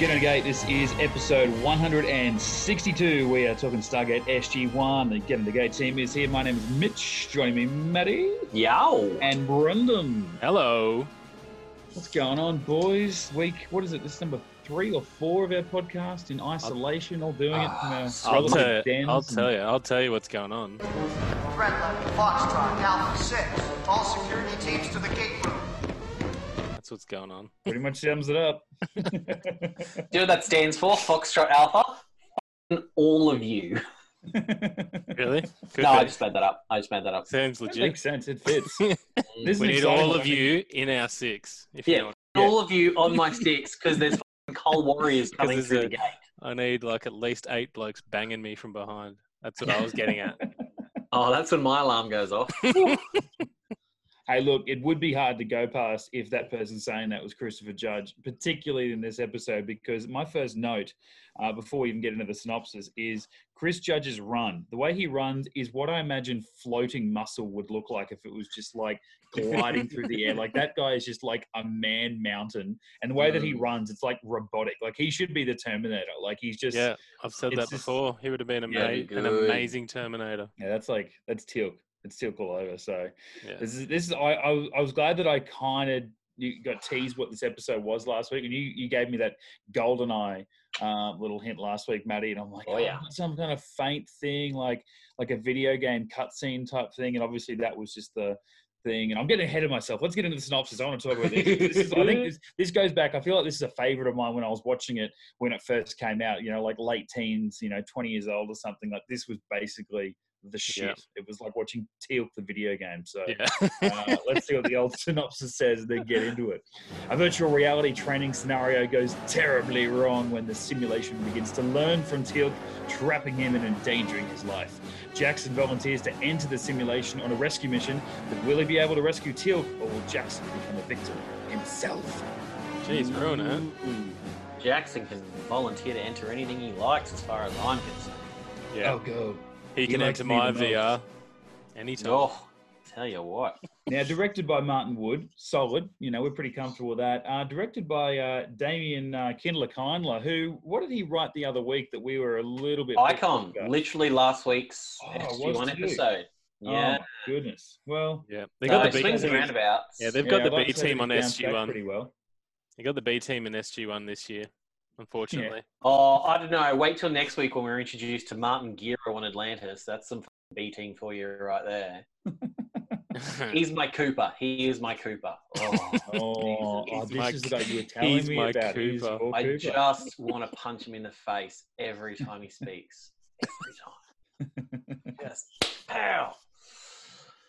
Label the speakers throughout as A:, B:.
A: G'day, Gate. This is episode 162. We are talking Stargate SG1. The Get in the Gate team is here. My name is Mitch. Joining me, Maddie
B: Yow.
A: and Brendan.
C: Hello.
A: What's going on, boys? Week, what is it? This is number three or four of our podcast in isolation, all doing it from our
C: Ah, I'll
A: relative
C: tell, you,
A: dens
C: I'll
A: and-
C: tell you. I'll tell you what's going on.
D: Red Level, Foxtrot, Alpha 6. All security teams to the gate room.
C: That's what's going on.
A: Pretty much sums it up.
B: Do you know what that stands for? Foxtrot Alpha? F***ing All of you.
C: Really? Could
B: no, I
C: be.
B: just made that up. I just made that up.
C: Sounds
A: That
C: legit.
A: makes sense. It fits. This is
C: We need
A: exciting.
C: all of you in our six. If
B: Yeah.
C: you know.
A: Yeah.
B: All of you on my sticks because there's f***ing Coal Warriors coming
C: there's
B: through
C: a-
B: the gate.
C: I need like at least eight blokes banging me from behind. That's what I was getting at.
B: Oh, that's when my alarm goes off.
A: Hey, look, it would be hard to go past if that person saying that was Christopher Judge, particularly in this episode, because my first note uh, before we even get into the synopsis is Chris Judge's run. The way he runs is what I imagine floating muscle would look like if it was just like gliding through the air. Like that guy is just like a man mountain. And the way that he
B: Mm.
A: runs, it's like robotic. Like he should be the Terminator. Like he's just, yeah,
C: Yeah, I've said
A: It's
C: that
A: just-
C: before. He would have been ama-
B: Yeah, it'd be
C: an
B: good.
C: amazing Terminator.
A: that's like, that's Teal'c. It's Teal'c all over. So.
C: Yeah.
A: This is, this is I, I, was- I was glad that I kind of you got teased what this episode was last week, and you, you gave me that golden eye um, little hint last week, Maddie, and I'm like,
B: Oh, yeah.
A: some kind of faint thing, like like a video game cutscene type thing, and obviously that was just the thing. And I'm getting ahead of myself. Let's get into the synopsis. I want to talk about this. this is, I think this, this goes back. I feel like this is a favorite of mine when I was watching it when it first came out. You know, like late teens, you know, 20 years old or something. Like this was basically the shit.
C: Yeah.
A: It was like watching Teal the video game. So
C: Yeah.
A: uh, let's see what the old synopsis says and then get into it. A virtual reality training scenario goes terribly wrong when the simulation begins to learn from Teal'c, trapping him and endangering his life. Jackson volunteers to enter the simulation on a rescue mission, but will he be able to rescue Teal'c or will Jackson become a victim himself?
C: Jeez, ruin it.
B: Mm-mm. Jackson can volunteer to enter anything he likes as far as I'm concerned.
C: Yeah.
A: Oh, go.
C: he can
A: likes
C: enter
A: me
C: my
A: the most.
C: VR anytime.
B: Oh, tell you what.
A: Now, directed by Martin Wood, solid. You know, we're pretty comfortable with that. Uh, directed by uh, Damien uh, Kindler Kindler, who, what did he write the other week that we were a little bit.
B: Icon,
A: Yeah.
B: literally last week's
A: Oh, it was
B: SG1
A: too.
B: episode.
A: Oh, my
B: Yeah.
A: goodness. Well,
C: Yeah. They got
B: so
C: the B
B: swings and
C: team.
B: roundabouts.
C: Yeah, they've got
A: yeah,
C: the
A: I'd
C: B
A: say
C: team
A: they
C: on
A: bounced back
C: SG1.
A: Pretty well.
C: They got the B team in SG1 this year, unfortunately.
B: Oh, I don't know. Wait till next week when we're introduced to Martin Giro on Atlantis. That's some f***ing B team for you right there. He's my Cooper. He is my Cooper.
A: Oh,
B: Oh, He's
A: oh, this
C: my-
A: is the guy you were telling
C: he's
A: me
C: my
A: about. He's
C: Cooper.
A: your
B: I
A: Cooper.
B: just want to punch him in the face every time he speaks. Every time. Just pow.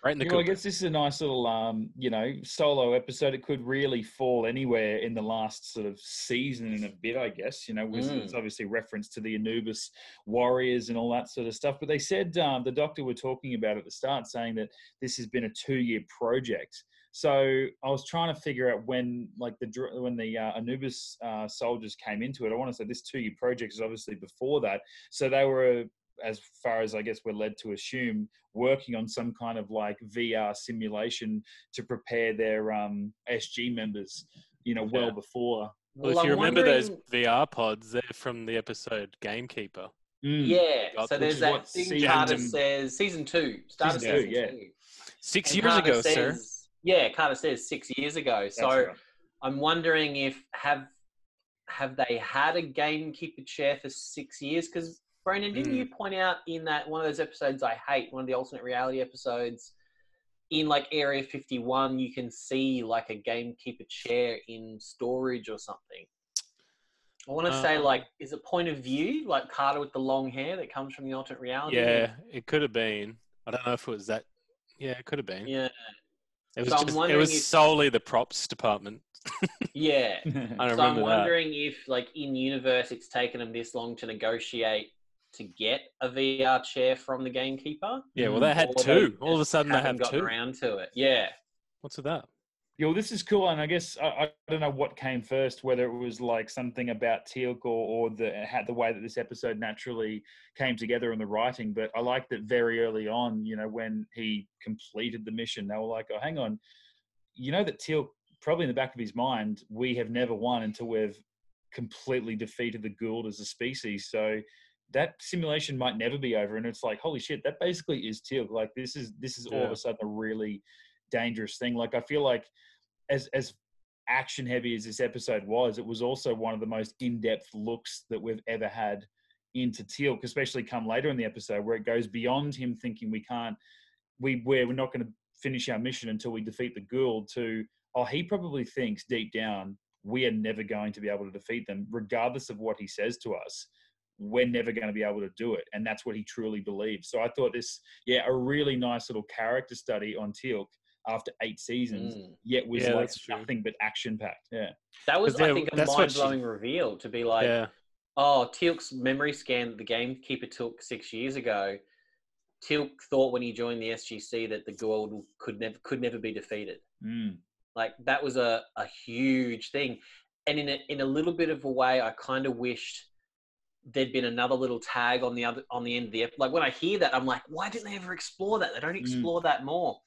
C: right in the
A: Yeah, well, I
C: cooker.
A: guess this is a nice little, um, you know, solo episode. It could really fall anywhere in the last sort of season in a bit, I guess. You know, was-
B: Mm.
A: it's obviously reference to the Anubis warriors and all that sort of stuff. But they said um, the doctor were talking about at the start, saying that this has been a two-year project. So I was trying to figure out when, like the dr- when the uh, Anubis uh, soldiers came into it. I want to say this two-year project is obviously before that. So they were as far as I guess we're led to assume, working on some kind of like VR simulation to prepare their um, SG members, you know, well
C: Yeah.
A: before.
C: Well, if
B: I'm
C: you remember those
B: wondering-
C: VR pods, they're from the episode Gamekeeper.
A: Mm.
B: Yeah.
C: God,
B: So
C: which
B: there's
A: is
B: that
A: what
B: thing
A: season-
B: Carter
C: Season-
B: says, season two. Starter
A: Season two,
B: season
A: yeah.
B: two.
C: Six
B: And
C: years
B: Carter
C: ago, sir.
B: says- Yeah, Carter says six years ago.
A: That's
B: So.
A: right.
B: I'm wondering if have have they had a gamekeeper chair for six years? Because Brandon, didn't
C: Hmm.
B: you point out in that one of those episodes I hate, one of the alternate reality episodes, in like Area 51, you can see like a gamekeeper chair in storage or something. I want to say
C: Um,
B: like, is it point of view? Like Carter with the long hair that comes from the alternate reality.
C: Yeah, it could have been. I don't know if it was that. Yeah, it could have been.
B: Yeah.
C: It was,
B: So I'm
C: just, it
B: wondering
C: was
B: if-
C: solely the props department.
B: Yeah.
C: I don't
B: so I'm
C: remember that.
B: wondering if, like in universe, it's taken them this long to negotiate to get a VR chair from the gamekeeper.
C: Yeah, well, they had
B: Or they
C: two. All of a
B: just
C: sudden, they
B: haven't
C: had
B: gotten
C: two.
B: around to it. Yeah,
C: What's with that?
A: Yeah, well, this is cool, and I guess I, I don't know what came first, whether it was like something about Teal'c or, or the had the way that this episode naturally came together in the writing. But I like that very early on, you know, when he completed the mission, they were like, "Oh, hang on, you know that Teal'c probably in the back of his mind, we have never won until we've completely defeated the Gould as a species. So that simulation might never be over. And it's like, holy shit, that basically is Teal. Like this is this is all of
C: Yeah.
A: a sudden a really dangerous thing. Like I feel like as as action heavy as this episode was, it was also one of the most in-depth looks that we've ever had into Teal, especially come later in the episode where it goes beyond him thinking we can't we we're, we're not going to finish our mission until we defeat the Gould to oh he probably thinks deep down we are never going to be able to defeat them regardless of what he says to us we're never going to be able to do it and that's what he truly believes so i thought this yeah a really nice little character study on teal'c after eight seasons
B: Mm.
A: yet was
C: Yeah,
A: like
C: that's true.
A: nothing but action packed yeah
B: That was,
C: there-
B: I think, a
C: that's what
B: mind
C: she-
B: blowing reveal to be like,
C: yeah.
B: oh, Teal'c's memory scan that the gamekeeper took six years ago. Teal'c thought when he joined the SGC that the Gould could never could never be defeated.
A: mm.
B: Like that was a, a huge thing. And in a, in a little bit of a way, I kind of wished there'd been another little tag on the other on the end of the ep- like when I hear that, I'm like, why didn't they ever explore that? They don't
C: Mm.
B: explore that more.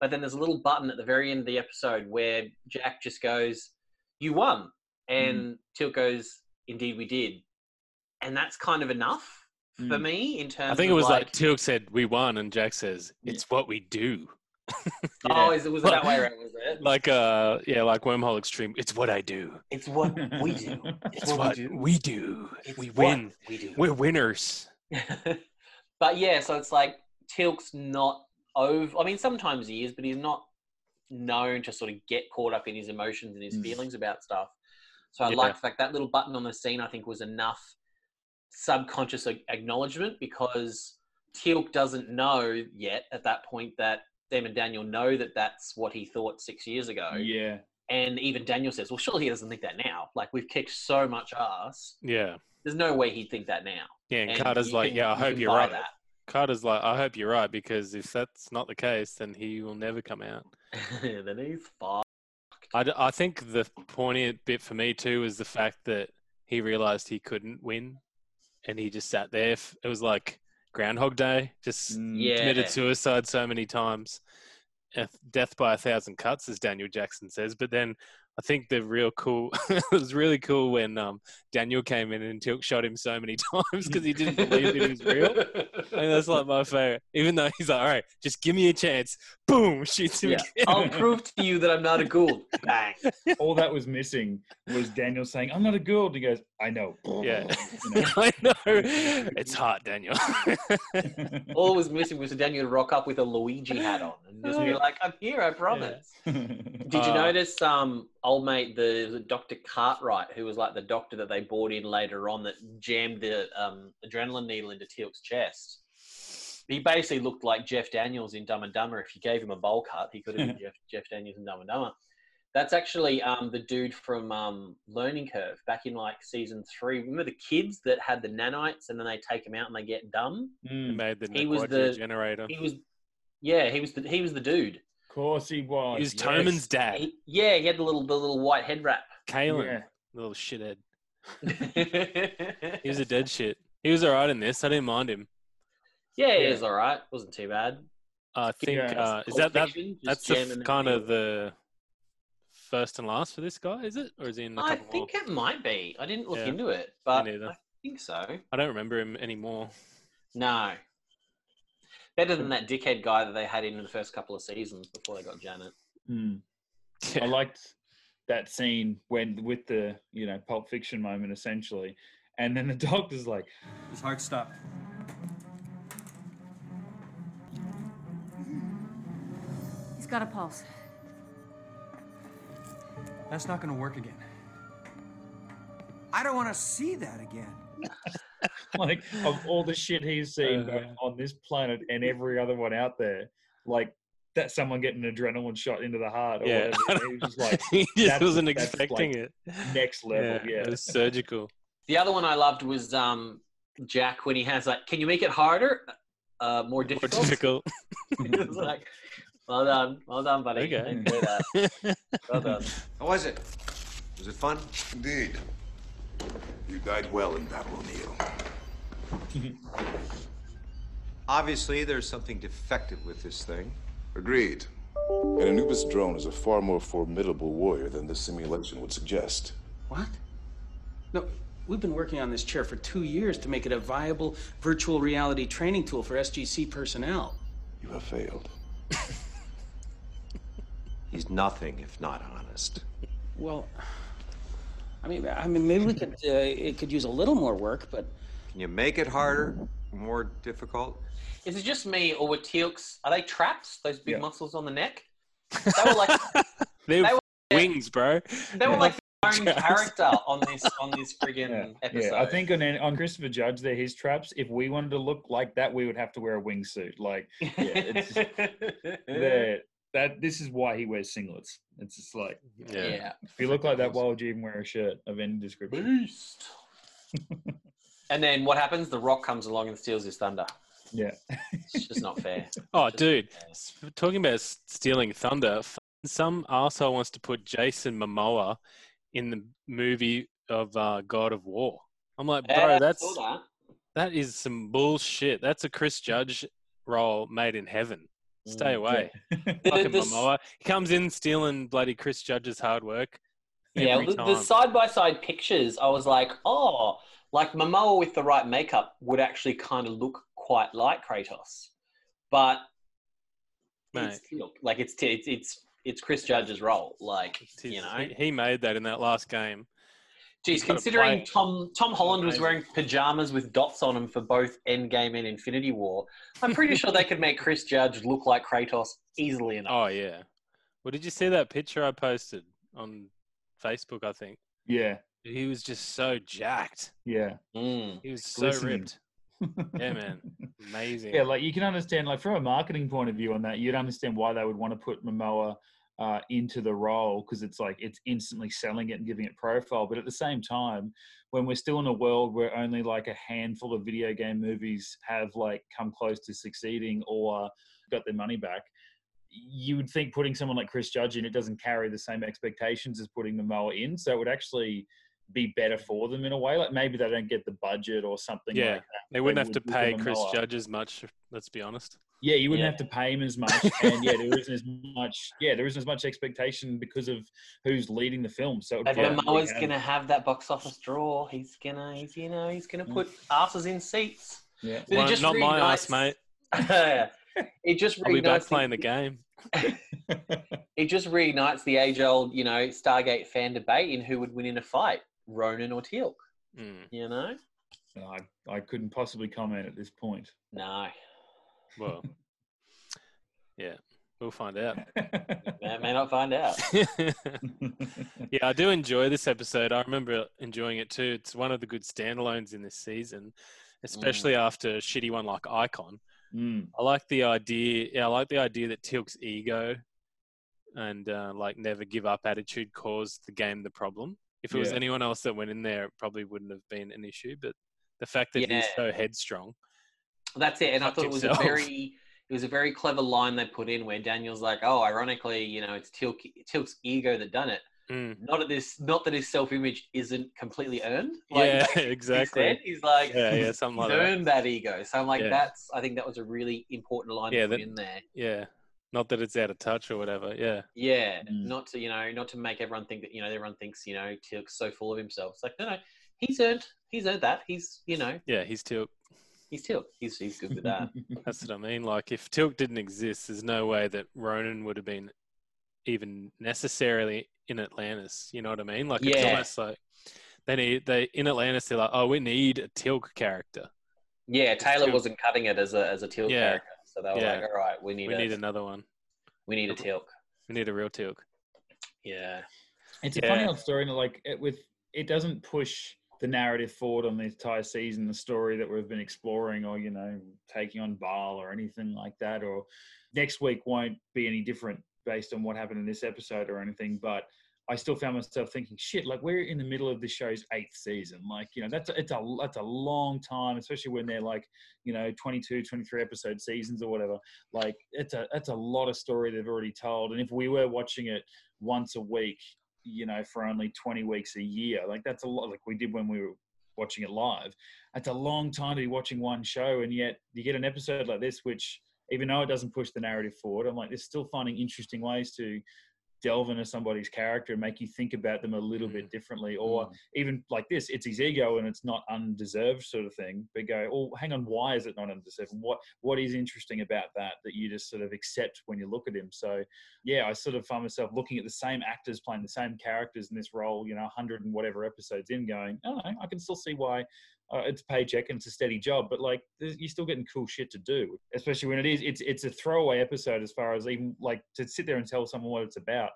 B: But then there's a little button at the very end of the episode where Jack just goes, "You won,"
C: Mm.
B: and Teal goes, "Indeed, we did," and that's kind of enough for
A: Mm.
B: me in terms.
C: I think it
B: of,
C: was like Teal'c said, "We won," and Jack says,
A: Yeah.
C: "It's what we do."
B: oh, is it was it that way around? Was it?
C: Like, uh, yeah, like wormhole extreme. It's what I do.
B: it's what we do.
C: It's, what, we do. We,
B: It's what
C: win.
B: We do.
C: We're winners.
B: but yeah, so it's like Tilk's not over. I mean, sometimes he is, but he's not known to sort of get caught up in his emotions and his
A: Mm.
B: feelings about stuff. So I
C: Yeah.
B: like the fact that little button on the scene. I think was enough subconscious a- acknowledgement because Tilk doesn't know yet at that point that them and Daniel know that that's what he thought six years ago.
A: yeah
B: And even Daniel says, "Well, surely he doesn't think that now. Like we've kicked so much ass.
C: Yeah,
B: There's no way he'd think that now."
C: yeah. And,
B: And
C: Carter's
B: you
C: like,
B: can-
C: "Yeah, I
B: you
C: hope
B: can
C: you're
B: buy
C: right."
B: that.
C: Carter's like, "I hope you're right," because if that's not the case, then he will never come out.
B: then he's fucked.
C: I, d- I think the poignant bit for me too is the fact that he realized he couldn't win, and he just sat there. F- It was like Groundhog Day, just
A: Mm.
B: Yeah.
C: committed suicide so many times. Eth- Death by a thousand cuts, as Daniel Jackson says. But then I think the real cool, it was really cool when um, Daniel came in and Tilk shot him so many times because he didn't believe it was real. And that's like my favorite. Even though he's like, all right, just give me a chance. Boom, shoots him
A: Yeah.
C: again.
B: I'll prove to you that I'm not a ghoul. Bang.
A: all that was missing was daniel saying i'm not a girl and he goes i know
C: Yeah.
A: You know?
C: I know. It's hot, Daniel.
B: All was missing was Daniel to rock up with a Luigi hat on and just be
C: Yeah.
B: like, I'm here, I promise. Did you
C: Uh,
B: notice um old mate the, the Dr. Cartwright, who was like the doctor that they brought in later on that jammed the um, adrenaline needle into Teal'c's chest? He basically looked like Jeff Daniels in Dumb and Dumber. If you gave him a bowl cut, he could have been Jeff, Jeff Daniels in Dumb and Dumber. That's actually um, the dude from um, Learning Curve back in like season three. Remember the kids that had the nanites and then they take them out and they get dumb?
C: He
A: Mm,
C: made the
B: He was
C: Nequadria
B: the-
C: generator.
B: He was, yeah, he was the he was the dude.
A: of course he was
C: He was
A: Oh, yes.
C: Toman's dad,
B: He, yeah, he had the little the little white head wrap.
C: Kalen,
A: Yeah.
C: little shithead. He
B: yeah,
C: was a dead shit. He was all right in this. I didn't mind him.
B: it was all right. wasn't too bad.
C: I think
A: Yeah.
C: uh, is
B: Pulp
C: that that
B: Fiction, just
C: that's the
B: jamming
C: f-
B: it
C: kind of
B: in.
C: the first and last for this guy, is it? Or is he in a
B: I
C: couple
B: think
C: more?
B: it might be. I didn't look
C: Yeah.
B: into it, but
C: neither.
B: I think so.
C: I don't remember him anymore.
B: No. Better than that dickhead guy that they had in the first couple of seasons before they got Janet.
A: Mm. I liked that scene when with the you know Pulp Fiction moment essentially, and then the doctor's like,
E: His heart stopped.
F: He's got a pulse.
E: That's not gonna work again. I don't wanna see that again.
A: like of all the shit he's seen
C: Uh-huh.
A: both on this planet and every other one out there, like that someone getting an adrenaline shot into the heart or
C: Yeah.
A: whatever. He was just like
C: he just
A: that's-
C: wasn't
A: that's like
C: expecting it.
A: next level, yeah.
C: it was surgical.
B: The other one I loved was um, Jack when he has like, can you make it harder? Uh, more
C: More
B: difficult.
C: difficult.
B: It was like, well done, well done, buddy.
C: Okay.
B: Enjoy that. Well done.
D: How was it? Was it fun?
G: Indeed. You died well in battle, O'Neill.
D: Obviously, there's something defective with this thing.
G: Agreed. An Anubis drone is a far more formidable warrior than this simulation would suggest.
D: What?
H: No, we've been working on this chair for two years to make it a viable virtual reality training tool for SGC personnel.
G: You have failed.
I: He's nothing if not honest.
H: Well, I mean, I mean, maybe we could. Uh, it could use a little more work, but
I: Can you make it harder, more difficult?
B: Is it just me, or were Teal'cs are they traps? Those big
A: Yeah.
B: muscles on the neck? They were like
C: They're
B: They were-
C: wings, bro.
B: they were like their own
C: Traps.
B: character on this on this friggin'
A: Yeah,
B: episode.
A: yeah. I think on on Christopher Judge there, his traps. If we wanted to look like that, we would have to wear a wingsuit. Like yeah, it's, they're- that. This is why he wears singlets. It's just like
C: Yeah.
B: yeah.
A: if you look like that, why would you even wear a shirt of any description?
B: Beast. and then what happens? The Rock comes along and steals his thunder.
A: Yeah.
B: It's just not fair.
C: Oh, dude. s- Talking about s- stealing thunder, f- some arsehole wants to put Jason Momoa in the movie of uh, God of War. I'm like, bro,
B: Yeah, I
C: that's
B: Uh, saw that.
C: that is some bullshit. That's a Chris Judge role made in heaven. Stay
A: Mm,
C: away.
B: The-
C: Fucking
B: the-
C: Momoa. He comes in stealing bloody Chris Judge's hard work.
B: Yeah,
C: every
B: the, the
C: time.
B: side-by-side pictures, I was like, oh, like Momoa with the right makeup would actually kind of look quite like Kratos, but
C: Mate,
B: it's Teal'c. like it's it's it's it's Chris Judge's role. Like
C: he's-
B: you know,
C: he, he made that in that last game.
B: Geez,
C: gotta
B: considering
C: play.
B: Tom Tom Holland was wearing pajamas with dots on him for both Endgame and Infinity War, I'm pretty sure they could make Chris Judge look like Kratos easily enough.
C: Oh yeah. Well, did you see that picture I posted on Facebook? I think
A: Yeah.
C: he was just so jacked.
A: Yeah.
C: Oh.
B: Mm.
C: He was so
A: Glistening.
C: ripped. Yeah, man. Amazing.
A: Yeah, like you can understand, like from a marketing point of view on that, you'd understand why they would want to put Momoa uh, into the role because it's like it's instantly selling it and giving it profile. But at the same time, when we're still in a world where only like a handful of video game movies have like come close to succeeding or got their money back, you would think putting someone like Chris Judge in it doesn't carry the same expectations as putting Momoa in. So it would actually be better for them in a way. Like maybe they don't get the budget or something
C: Yeah.
A: like that.
C: they wouldn't have to
A: would with
C: pay
A: the
C: Chris
A: Momoa.
C: Judge as much. Let's be honest.
A: Yeah, you wouldn't
B: Yeah.
A: have to pay him as much, and yeah, there isn't as much. Yeah, there isn't as much expectation because of who's leading the film. So it would
B: But
A: probably
B: Momoa's
A: have-
B: gonna have that box office draw. He's gonna, he's you know, he's gonna put asses in seats.
A: Yeah.
B: It
C: Well,
B: just
C: not my ass,
B: reignites-
C: mate.
B: it just
C: I'll be back
B: reignites
C: playing the game.
B: it just reignites the age-old, you know, Stargate fan debate in who would win in a fight, Ronan or Teal'c.
C: Mm,
B: You know,
A: I, I couldn't possibly comment at this point.
B: no,
C: well, yeah, we'll find out.
B: may, may not find out.
C: yeah, I do enjoy this episode. I remember enjoying it too. It's one of the good standalones in this season, especially after a shitty one like Icon.
A: Mm,
C: I like the idea. Yeah, I like the idea that Tilk's ego and uh, like never give up attitude caused the game the problem. If it was
A: Yeah.
C: anyone else that went in there, it probably wouldn't have been an issue. But the fact that he's
B: Yeah.
C: so headstrong,
B: That's it. And I
C: Fucked
B: thought it was
C: himself.
B: a very it was a very clever line they put in where Daniel's like, "Oh, ironically, you know, it's Tilk, Tilk's ego that done it.
C: Mm,
B: Not at this. Not that his self image isn't completely earned.
C: yeah,
B: like
C: exactly.
B: Instead, he's like,
C: Yeah, yeah, something
B: he's
C: like that.
B: earned that ego. So I'm like,
C: Yeah.
B: that's. I think that was a really important line
C: Yeah,
B: to put
C: that-
B: in there.
C: Yeah, not that it's out of touch or whatever. Yeah,
B: Yeah,
A: Mm.
B: not to you know, not to make everyone think that you know everyone thinks you know Tilk's so full of himself. It's like no, no, he's earned, he's earned that. He's you know,
C: yeah, he's Tilk.
B: he's Tilk. He's he's good with that.
C: That's what I mean. Like, if Tilk didn't exist, there's no way that Ronan would have been even necessarily in Atlantis. You know what I mean? Like, it's
B: Yeah.
C: almost like they need they in Atlantis. They're like, oh, we need a Tilk character.
B: yeah, Taylor
C: Tilk.
B: wasn't cutting it as a as a Tilk
C: Yeah.
B: character, so they were
C: Yeah.
B: like, all right, we need
C: We
B: a
C: need another one.
B: we need a Tilk.
C: We need a real Tilk.
B: Yeah,
A: it's a funny
C: Yeah.
A: old story, and like it with it doesn't push the narrative forward on the entire season, the story that we've been exploring, or you know, taking on Baal or anything like that. Or next week won't be any different based on what happened in this episode or anything, but. I still found myself thinking, shit, like we're in the middle of the show's eighth season. Like, you know, that's a, it's a that's a long time, especially when they're like, you know, 22, 23 episode seasons or whatever. Like, it's a that's a lot of story they've already told. And if we were watching it once a week, you know, for only 20 weeks a year, like that's a lot. Like we did when we were watching it live. That's a long time to be watching one show, and yet you get an episode like this, which even though it doesn't push the narrative forward, I'm like, they're still finding interesting ways to delve into somebody's character and make you think about them a little bit differently, or even like this, it's his ego and it's not undeserved sort of thing. But go, oh, hang on, why is it not undeserved? What what is interesting about that that you just sort of accept when you look at him? So yeah, I sort of find myself looking at the same actors playing the same characters in this role, you know, hundred and whatever episodes in, going, oh, I can still see why uh, it's a paycheck and it's a steady job, but like there's- you're still getting cool shit to do, especially when it is it's it's a throwaway episode as far as even like to sit there and tell someone what it's about.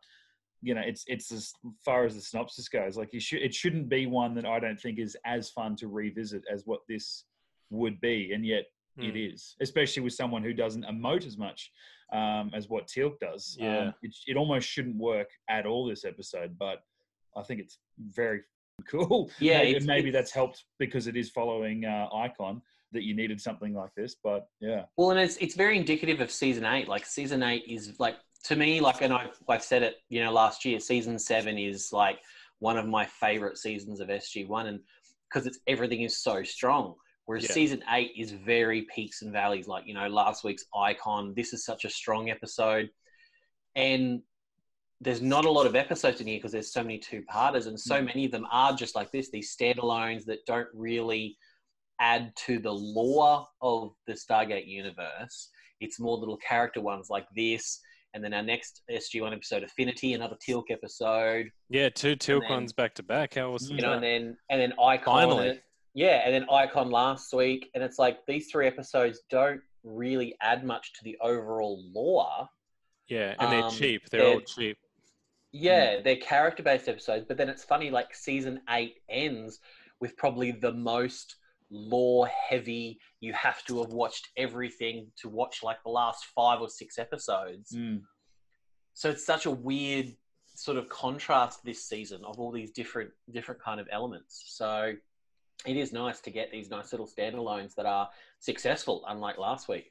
A: You know, it's it's as far as the synopsis goes. Like you should, it shouldn't be one that I don't think is as fun to revisit as what this would be, and yet
C: Hmm.
A: it
B: Hmm.
A: is, especially with someone who doesn't emote as much um, as what Teal'c does. Um,
C: Yeah.
A: it, it almost shouldn't work at all this episode, but I think it's very cool.
B: Yeah,
A: maybe,
B: it's-
A: maybe
B: it's-
A: that's helped because it is following uh, Icon that you needed something like this. But yeah,
B: Well, and it's it's very indicative of season eight. Like season eight is like to me, like and I've I've said it, you know, last year. Season seven is like one of my favorite seasons of SG One, and because it's everything is so strong. Whereas
C: Yeah.
B: season eight is very peaks and valleys. Like you know, last week's Icon. This is such a strong episode, and there's not a lot of episodes in here because there's so many two-parters, and so many of them are just like this. These standalones that don't really add to the lore of the Stargate universe. It's more little character ones like this, and then our next SG1 episode, Affinity, another Teal'c episode,
C: Yeah, two Tilk
B: then-
C: ones back to back. How awesome!
B: you
C: is
B: know,
C: that?
B: and then and then Icon. and
C: Finally.
B: it- yeah, and then Icon last week, and it's like these three episodes don't really add much to the overall lore.
C: yeah, and they're
B: um,
C: cheap. They're, all
B: they're-
C: cheap.
B: Yeah,
C: Mm.
B: they're character based episodes, but then it's funny, like season eight ends with probably the most lore heavy. You have to have watched everything to watch like the last five or six
C: Mm.
B: episodes.
A: Hmm.
B: So it's such a weird sort of contrast this season of all these different different kind of elements. So it is nice to get these nice little standalones that are successful, unlike last week.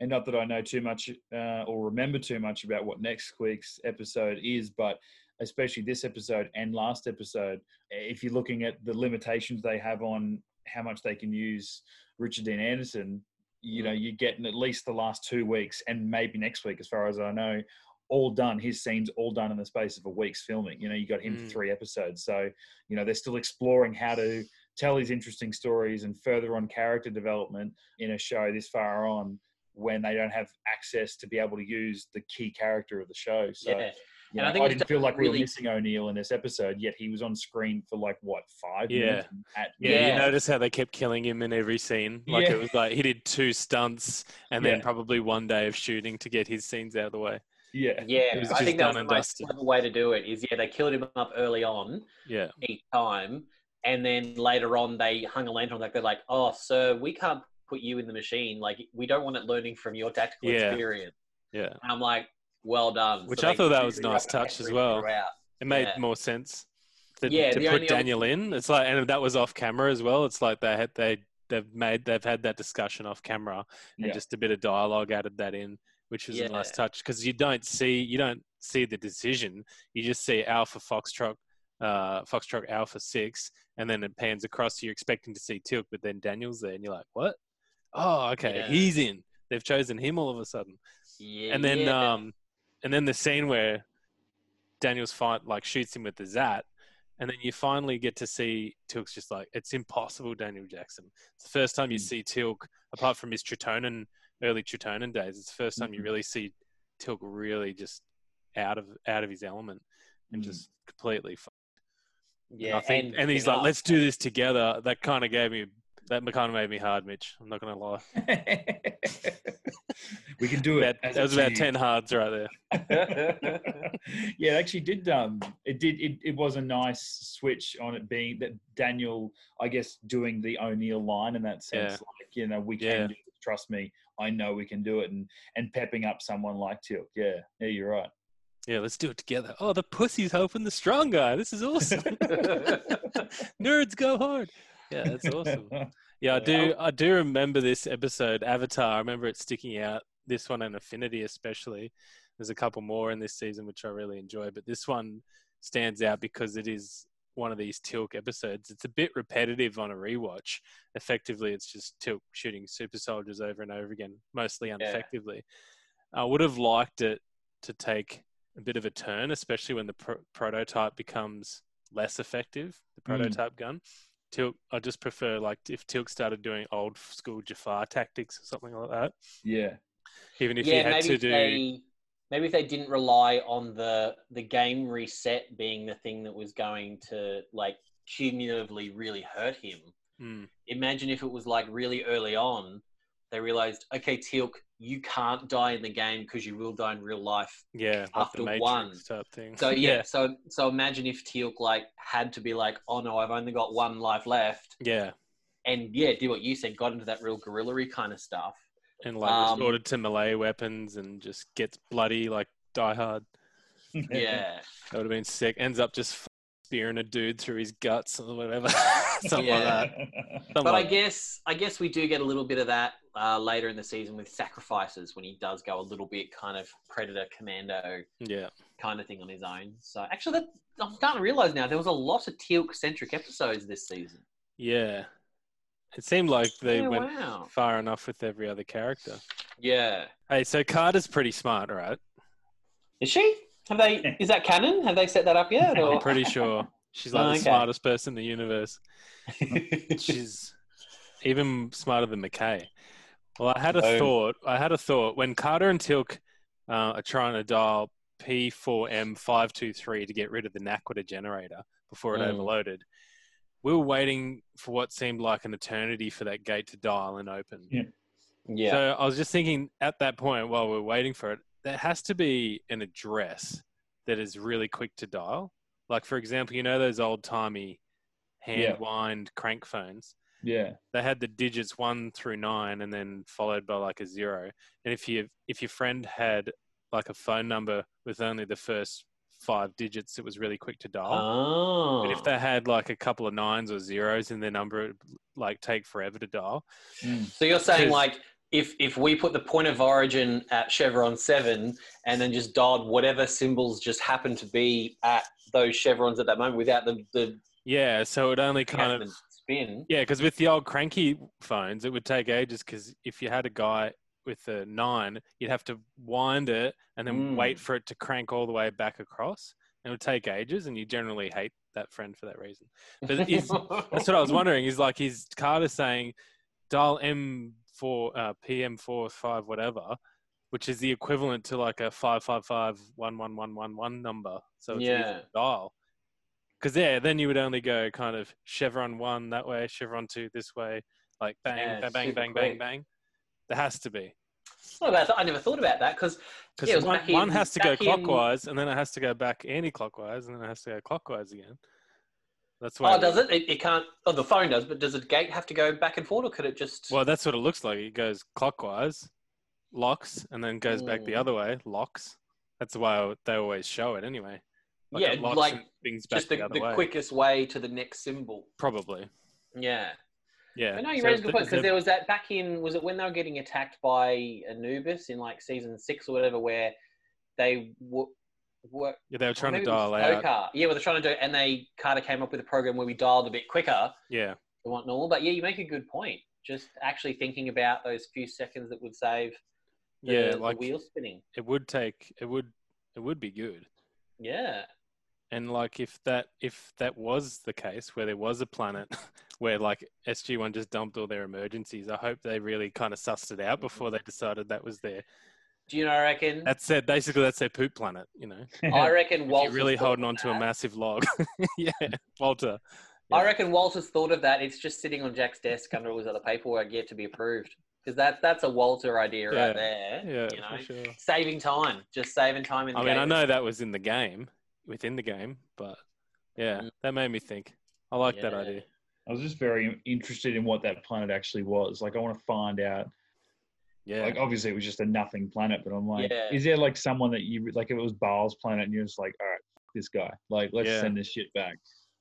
A: and not that I know too much uh, or remember too much about what next week's episode is, but especially this episode and last episode, if you're looking at the limitations they have on how much they can use Richard Dean Anderson, you know, you're getting at least the last two weeks and maybe next week, as far as I know, all done. His scenes all done in the space of a week's filming. You know, you got him for
C: Mm.
A: three episodes. So, you know, they're still exploring how to tell these interesting stories and further on character development in a show this far on when they don't have access to be able to use the key character of the show. So
B: yeah.
A: you
B: And
A: know,
B: I
A: I,
B: think it's
A: didn't feel like we were
B: really-
A: missing O'Neill in this episode, yet he was on screen for like what five
C: Yeah.
A: minutes at
C: Yeah,
B: Yeah.
C: you notice how they kept killing him in every scene. Like
A: Yeah.
C: it was like he did two stunts and then
A: Yeah.
C: probably one day of shooting to get his scenes out of the way.
A: yeah.
B: Yeah,
C: It was
B: I
C: just
B: think that was
C: done
B: the
C: and
B: most
C: dusted.
B: clever way to do it. Is yeah, they killed him up early on
C: Yeah,
B: each time, and then later on they hung a lantern. Like they're like, "Oh, sir, we can't put you in the machine. Like we don't want it learning from your tactical
C: Yeah.
B: experience."
C: yeah.
B: And I'm like, "Well done."
C: Which
B: So
C: I
B: they
C: thought that
B: do
C: was a
B: wrap
C: nice
B: it
C: touch as
B: through
C: well.
B: throughout.
C: It made
B: Yeah.
C: more sense to,
B: Yeah,
C: to
B: the
C: put
B: only other-
C: Daniel in. It's like and that was off camera as well. It's like they had they they've made they've had that discussion off camera and
A: Yeah.
C: just a bit of dialogue added that in, which was a nice
B: Yeah.
C: touch because you don't see you don't see the decision. You just see Alpha Foxtrot, uh, Foxtrot Alpha Six, and then it pans across. You're expecting to see Tilk, but then Daniel's there, and you're like, what? Oh, okay,
B: Yeah.
C: he's in. They've chosen him all of a sudden
B: Yeah,
C: and then
B: yeah.
C: um and then the scene where Daniel's fight like shoots him with the zat and then you finally get to see Tilk's just like it's impossible Daniel Jackson. It's the first time you see Tilk apart from his Tritonin early Tritonin days. It's the first time you
A: Mhm.
C: really see Tilk really just out of out of his element and
A: Mm.
C: just completely f-
B: yeah,
C: I think, and, he's like let's do this together. That kind of gave me that kind of made me hard, Mitch. I'm not going to lie.
A: we can do
C: About,
A: it. as
C: that
A: a
C: was about
A: team.
C: 10 hards right there.
A: yeah, it actually did. Um, it did. It, it was a nice switch on it being that Daniel, I guess, doing the O'Neill line in that sense.
C: Yeah.
A: Like you know, we can
C: Yeah.
A: do it. trust me. I know we can do it, and and pepping up someone like Tilk. Yeah, yeah, you're right.
C: Yeah, let's do it together. Oh, the pussy's helping the strong guy. This is awesome. Nerds go hard. Yeah, that's awesome. Yeah, I do. I do remember this episode, Avatar. I remember it sticking out. This one and Affinity, especially. There's a couple more in this season which I really enjoy, but this one stands out because it is one of these Tilk episodes. It's a bit repetitive on a rewatch. Effectively, it's just Tilk shooting super soldiers over and over again, mostly ineffectively. I would have liked it to take a bit of a turn, especially when the pro- prototype becomes less effective, the
B: Hmm.
C: prototype gun. Tilk, I just prefer like if Tilk started doing old school Jafar tactics or something like that,
A: Yeah.
C: even if he
B: yeah,
C: had
B: maybe
C: to
B: if
C: do.
B: they maybe if they didn't rely on the the game reset being the thing that was going to like cumulatively really hurt him.
C: Mm,
B: Imagine if it was like really early on, they realized, okay, Teal'c, you can't die in the game because you will die in real life.
C: yeah, like
B: After
C: the Matrix
B: one.
C: type thing.
B: So yeah, so so imagine if Teal'c like had to be like, oh no, I've only got one life left,
C: yeah,
B: and yeah, do what you said, got into that real guerrillery kind of stuff.
C: and like
B: Um,
C: resorted to melee weapons and just gets bloody like Die Hard.
B: Yeah,
C: That would have been sick. Ends up just f- spearing a dude through his guts or whatever, something like
B: Yeah.
C: that. Something
B: but I
C: like
B: guess I guess we do get a little bit of that uh, later in the season with sacrifices when he does go a little bit kind of predator commando
C: yeah,
B: kind of thing on his own. So actually, that I'm starting to realize now there was a lot of Teal'c centric episodes this season.
C: yeah. It seemed like they
B: Yeah,
C: went
B: wow.
C: far enough with every other character.
B: Yeah,
C: Hey, so Carter's pretty smart, right?
B: is she? Have they? Is that canon? Have they set that up yet? Or?
C: I'm pretty sure she's like the
B: Oh. Okay.
C: smartest person in the universe. she's even smarter than McKay. Well, I had a
A: No.
C: thought. I had a thought when Carter and Tilk uh, are trying to dial P4M523 to get rid of the Naquita generator before it
B: Mm.
C: overloaded. We were waiting for what seemed like an eternity for that gate to dial and open.
A: Yeah.
B: yeah.
C: So I was just thinking at that point while we're waiting for it, there has to be an address that is really quick to dial. Like for example, you know those old timey hand wind crank phones.
A: yeah.
C: They had the digits one through nine and then followed by like a zero. And if you if your friend had like a phone number with only the first five digits, it was really quick to dial.
B: oh.
C: But if they had like a couple of nines or zeros in their number, it'd like take forever to dial.
A: Hmm.
B: So you're saying
C: 'Cause-
B: like if if we put the point of origin at chevron seven and then just dialed whatever symbols just happen to be at those chevrons at that moment without the the
C: Yeah, so it only kind of
B: the spin.
C: Yeah, because with the old cranky phones, it would take ages. Because if you had a guy with a nine, you'd have to wind it and then
B: Mm.
C: wait for it to crank all the way back across. And it would take ages, and you generally hate that friend for that reason. But is, that's what I was wondering. Is like is Carter saying dial M four uh, PM four five whatever, which is the equivalent to like a five five five one one one one one number. So it's yeah.
B: Yeah.
C: dial. Because yeah, then you would only go kind of chevron one that way, chevron two this way, like bang
B: Yeah,
C: bang bang
B: super
C: bang bang
B: quick.
C: bang. There has to be
B: Oh, I, th- I never thought about that oh, because
C: because
B: Yeah, it was
C: one,
B: back in-
C: one has to go
B: back in-
C: clockwise, and then it has to go back anti-clockwise, and then it has to go clockwise again. That's why.
B: oh, does it? it? It can't. Oh, the phone does, but does the gate have to go back and forth, or could it just?
C: Well, that's what it looks like. It goes clockwise, locks, and then goes back the
B: Mm.
C: other way, locks. That's why they always show it anyway.
B: Yeah,
C: it locks
B: like,
C: and things back
B: just the,
C: the, other
B: the
C: way.
B: quickest way to the next symbol.
C: Probably.
B: Yeah.
C: Yeah.
B: I know you
C: So
B: raised a good point because
C: th- there-
B: there was that back in was it when they were getting attacked by Anubis in like season six or whatever where they were, were
C: yeah, they were trying to
B: maybe it was
C: dial out.
B: Sokar. Yeah, where they're trying to do and they kind of came up with a program where we dialed a bit quicker
C: Yeah.
B: than what normal. But yeah, you make a good point. Just actually thinking about those few seconds that would save the,
C: Yeah,
B: the
C: like
B: wheel spinning.
C: it would take it would it would be good.
B: Yeah.
C: And like if that if that was the case where there was a planet where like SG one just dumped all their emergencies, I hope they really kind of sussed it
B: Mm-hmm.
C: out before they decided that was their
B: Do you know? I reckon.
C: that's their basically that's their poop planet, you know.
B: I reckon
C: If
B: Walter
C: you're really holding on to a
B: that.
C: massive log. yeah, Walter.
B: I reckon Walter's thought of that. It's just sitting on Jack's desk under all his other paperwork yet to be approved. Because that's that's a Walter idea
C: Yeah.
B: right there.
C: Yeah,
B: you know,
C: for sure.
B: saving time, just saving time in the
C: I mean, I
B: game.
C: know that was in the game, within the game, but yeah,
B: Mm.
C: that made me think. I like that
B: Yeah.
C: idea.
A: I was just very interested in what that planet actually was. Like, I want to find out.
C: Yeah,
A: Like, obviously, it was just a nothing planet, but I'm like,
B: Yeah.
A: is there like someone that you like? If it was Baal's planet, and you're just like, all right, f- this guy. Like, let's
C: Yeah.
A: send this shit back.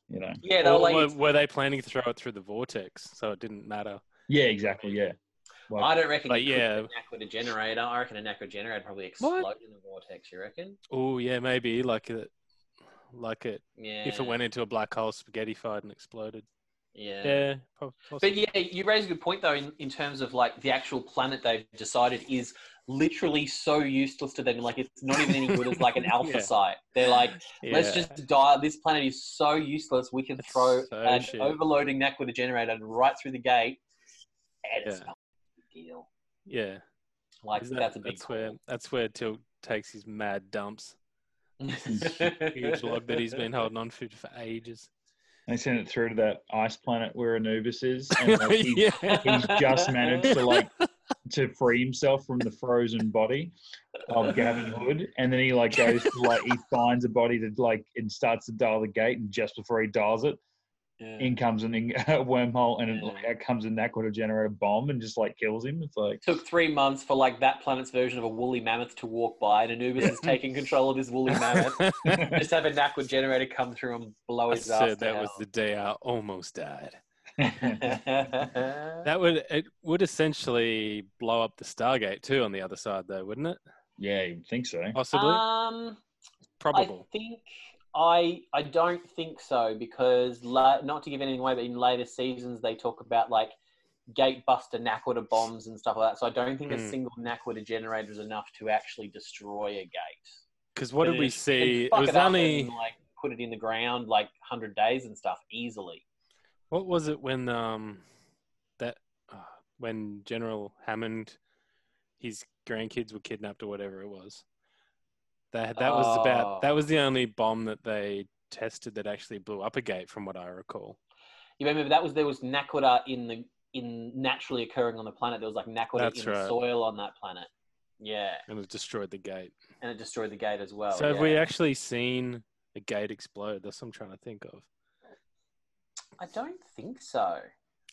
A: You know?
B: Yeah, they were
C: Or
B: like,
C: were, were they planning to throw it through the vortex, so it didn't matter?
A: Yeah, exactly. Yeah. Like,
B: I don't reckon
C: Like,
B: you could
C: yeah.
B: knock with a generator. I reckon a knock with a generator would probably explode in the vortex. You reckon?
C: Oh yeah, maybe like it, like it.
B: Yeah.
C: If it went into a black hole, spaghetti fired and exploded.
B: Yeah.
C: Yeah, prob-
B: But
C: possibly.
B: yeah, you raise a good point though in, in terms of like the actual planet they've decided is literally so useless to them. Like it's not even any good as like an alpha
C: Yeah.
B: site. They're like, let's
C: Yeah.
B: just die. This planet is so useless. We can
C: It's
B: throw
C: so
B: an
C: shit.
B: overloading Naquita generator right through the gate, and it's
C: Yeah.
B: not a big deal.
C: yeah.
B: Like
C: Isn't that-
B: that's a big
C: that's where that's where Tilt takes his mad dumps.
B: call.
C: Huge log that he's been holding on to for ages.
A: They send it through to that ice planet where Anubis is, and like, he,
C: yeah.
A: he's just managed to like to free himself from the frozen body of Gavin Hood, and then he like goes to, like he finds a body that like and starts to dial the gate, and just before he dials it,
B: Yeah.
A: in comes an, in, a wormhole, and it,
B: Yeah.
A: out comes a Naquita generator bomb, and just like kills him. It's like
B: took three months for like that planet's version of a woolly mammoth to walk by, and Anubis is taking control of his woolly mammoth. Just have a Nakwa generator come through and blow
C: I
B: his ass.
C: said that was the day I almost died. That would it would essentially blow up the Stargate too on the other side though, wouldn't it?
A: yeah, you'd think so.
C: Possibly,
B: um, I
C: probable.
B: think I I don't think so because la- not to give anything away, but in later seasons they talk about like gatebuster Nakwita bombs and stuff like that. So I don't think
C: Hmm.
B: a single Nakwita generator is enough to actually destroy a gate.
C: Because what did we
B: finish
C: see?
B: and
C: It
B: fuck
C: was
B: up
C: only
B: and, like put it in the ground like hundred days and stuff easily.
C: what was it when um that uh, when General Hammond his grandkids were kidnapped or whatever it was. That that was
B: Oh.
C: about that was the only bomb that they tested that actually blew up a gate from what I recall.
B: You remember that was there was nakoda in the in naturally occurring on the planet. There was like nakoda
C: That's
B: in the
C: right.
B: soil on that planet. Yeah,
C: And it destroyed the gate.
B: and it destroyed the gate as well.
C: so have we
B: Oh, yeah.
C: actually seen a gate explode? That's what I'm trying to think of.
B: I don't think so.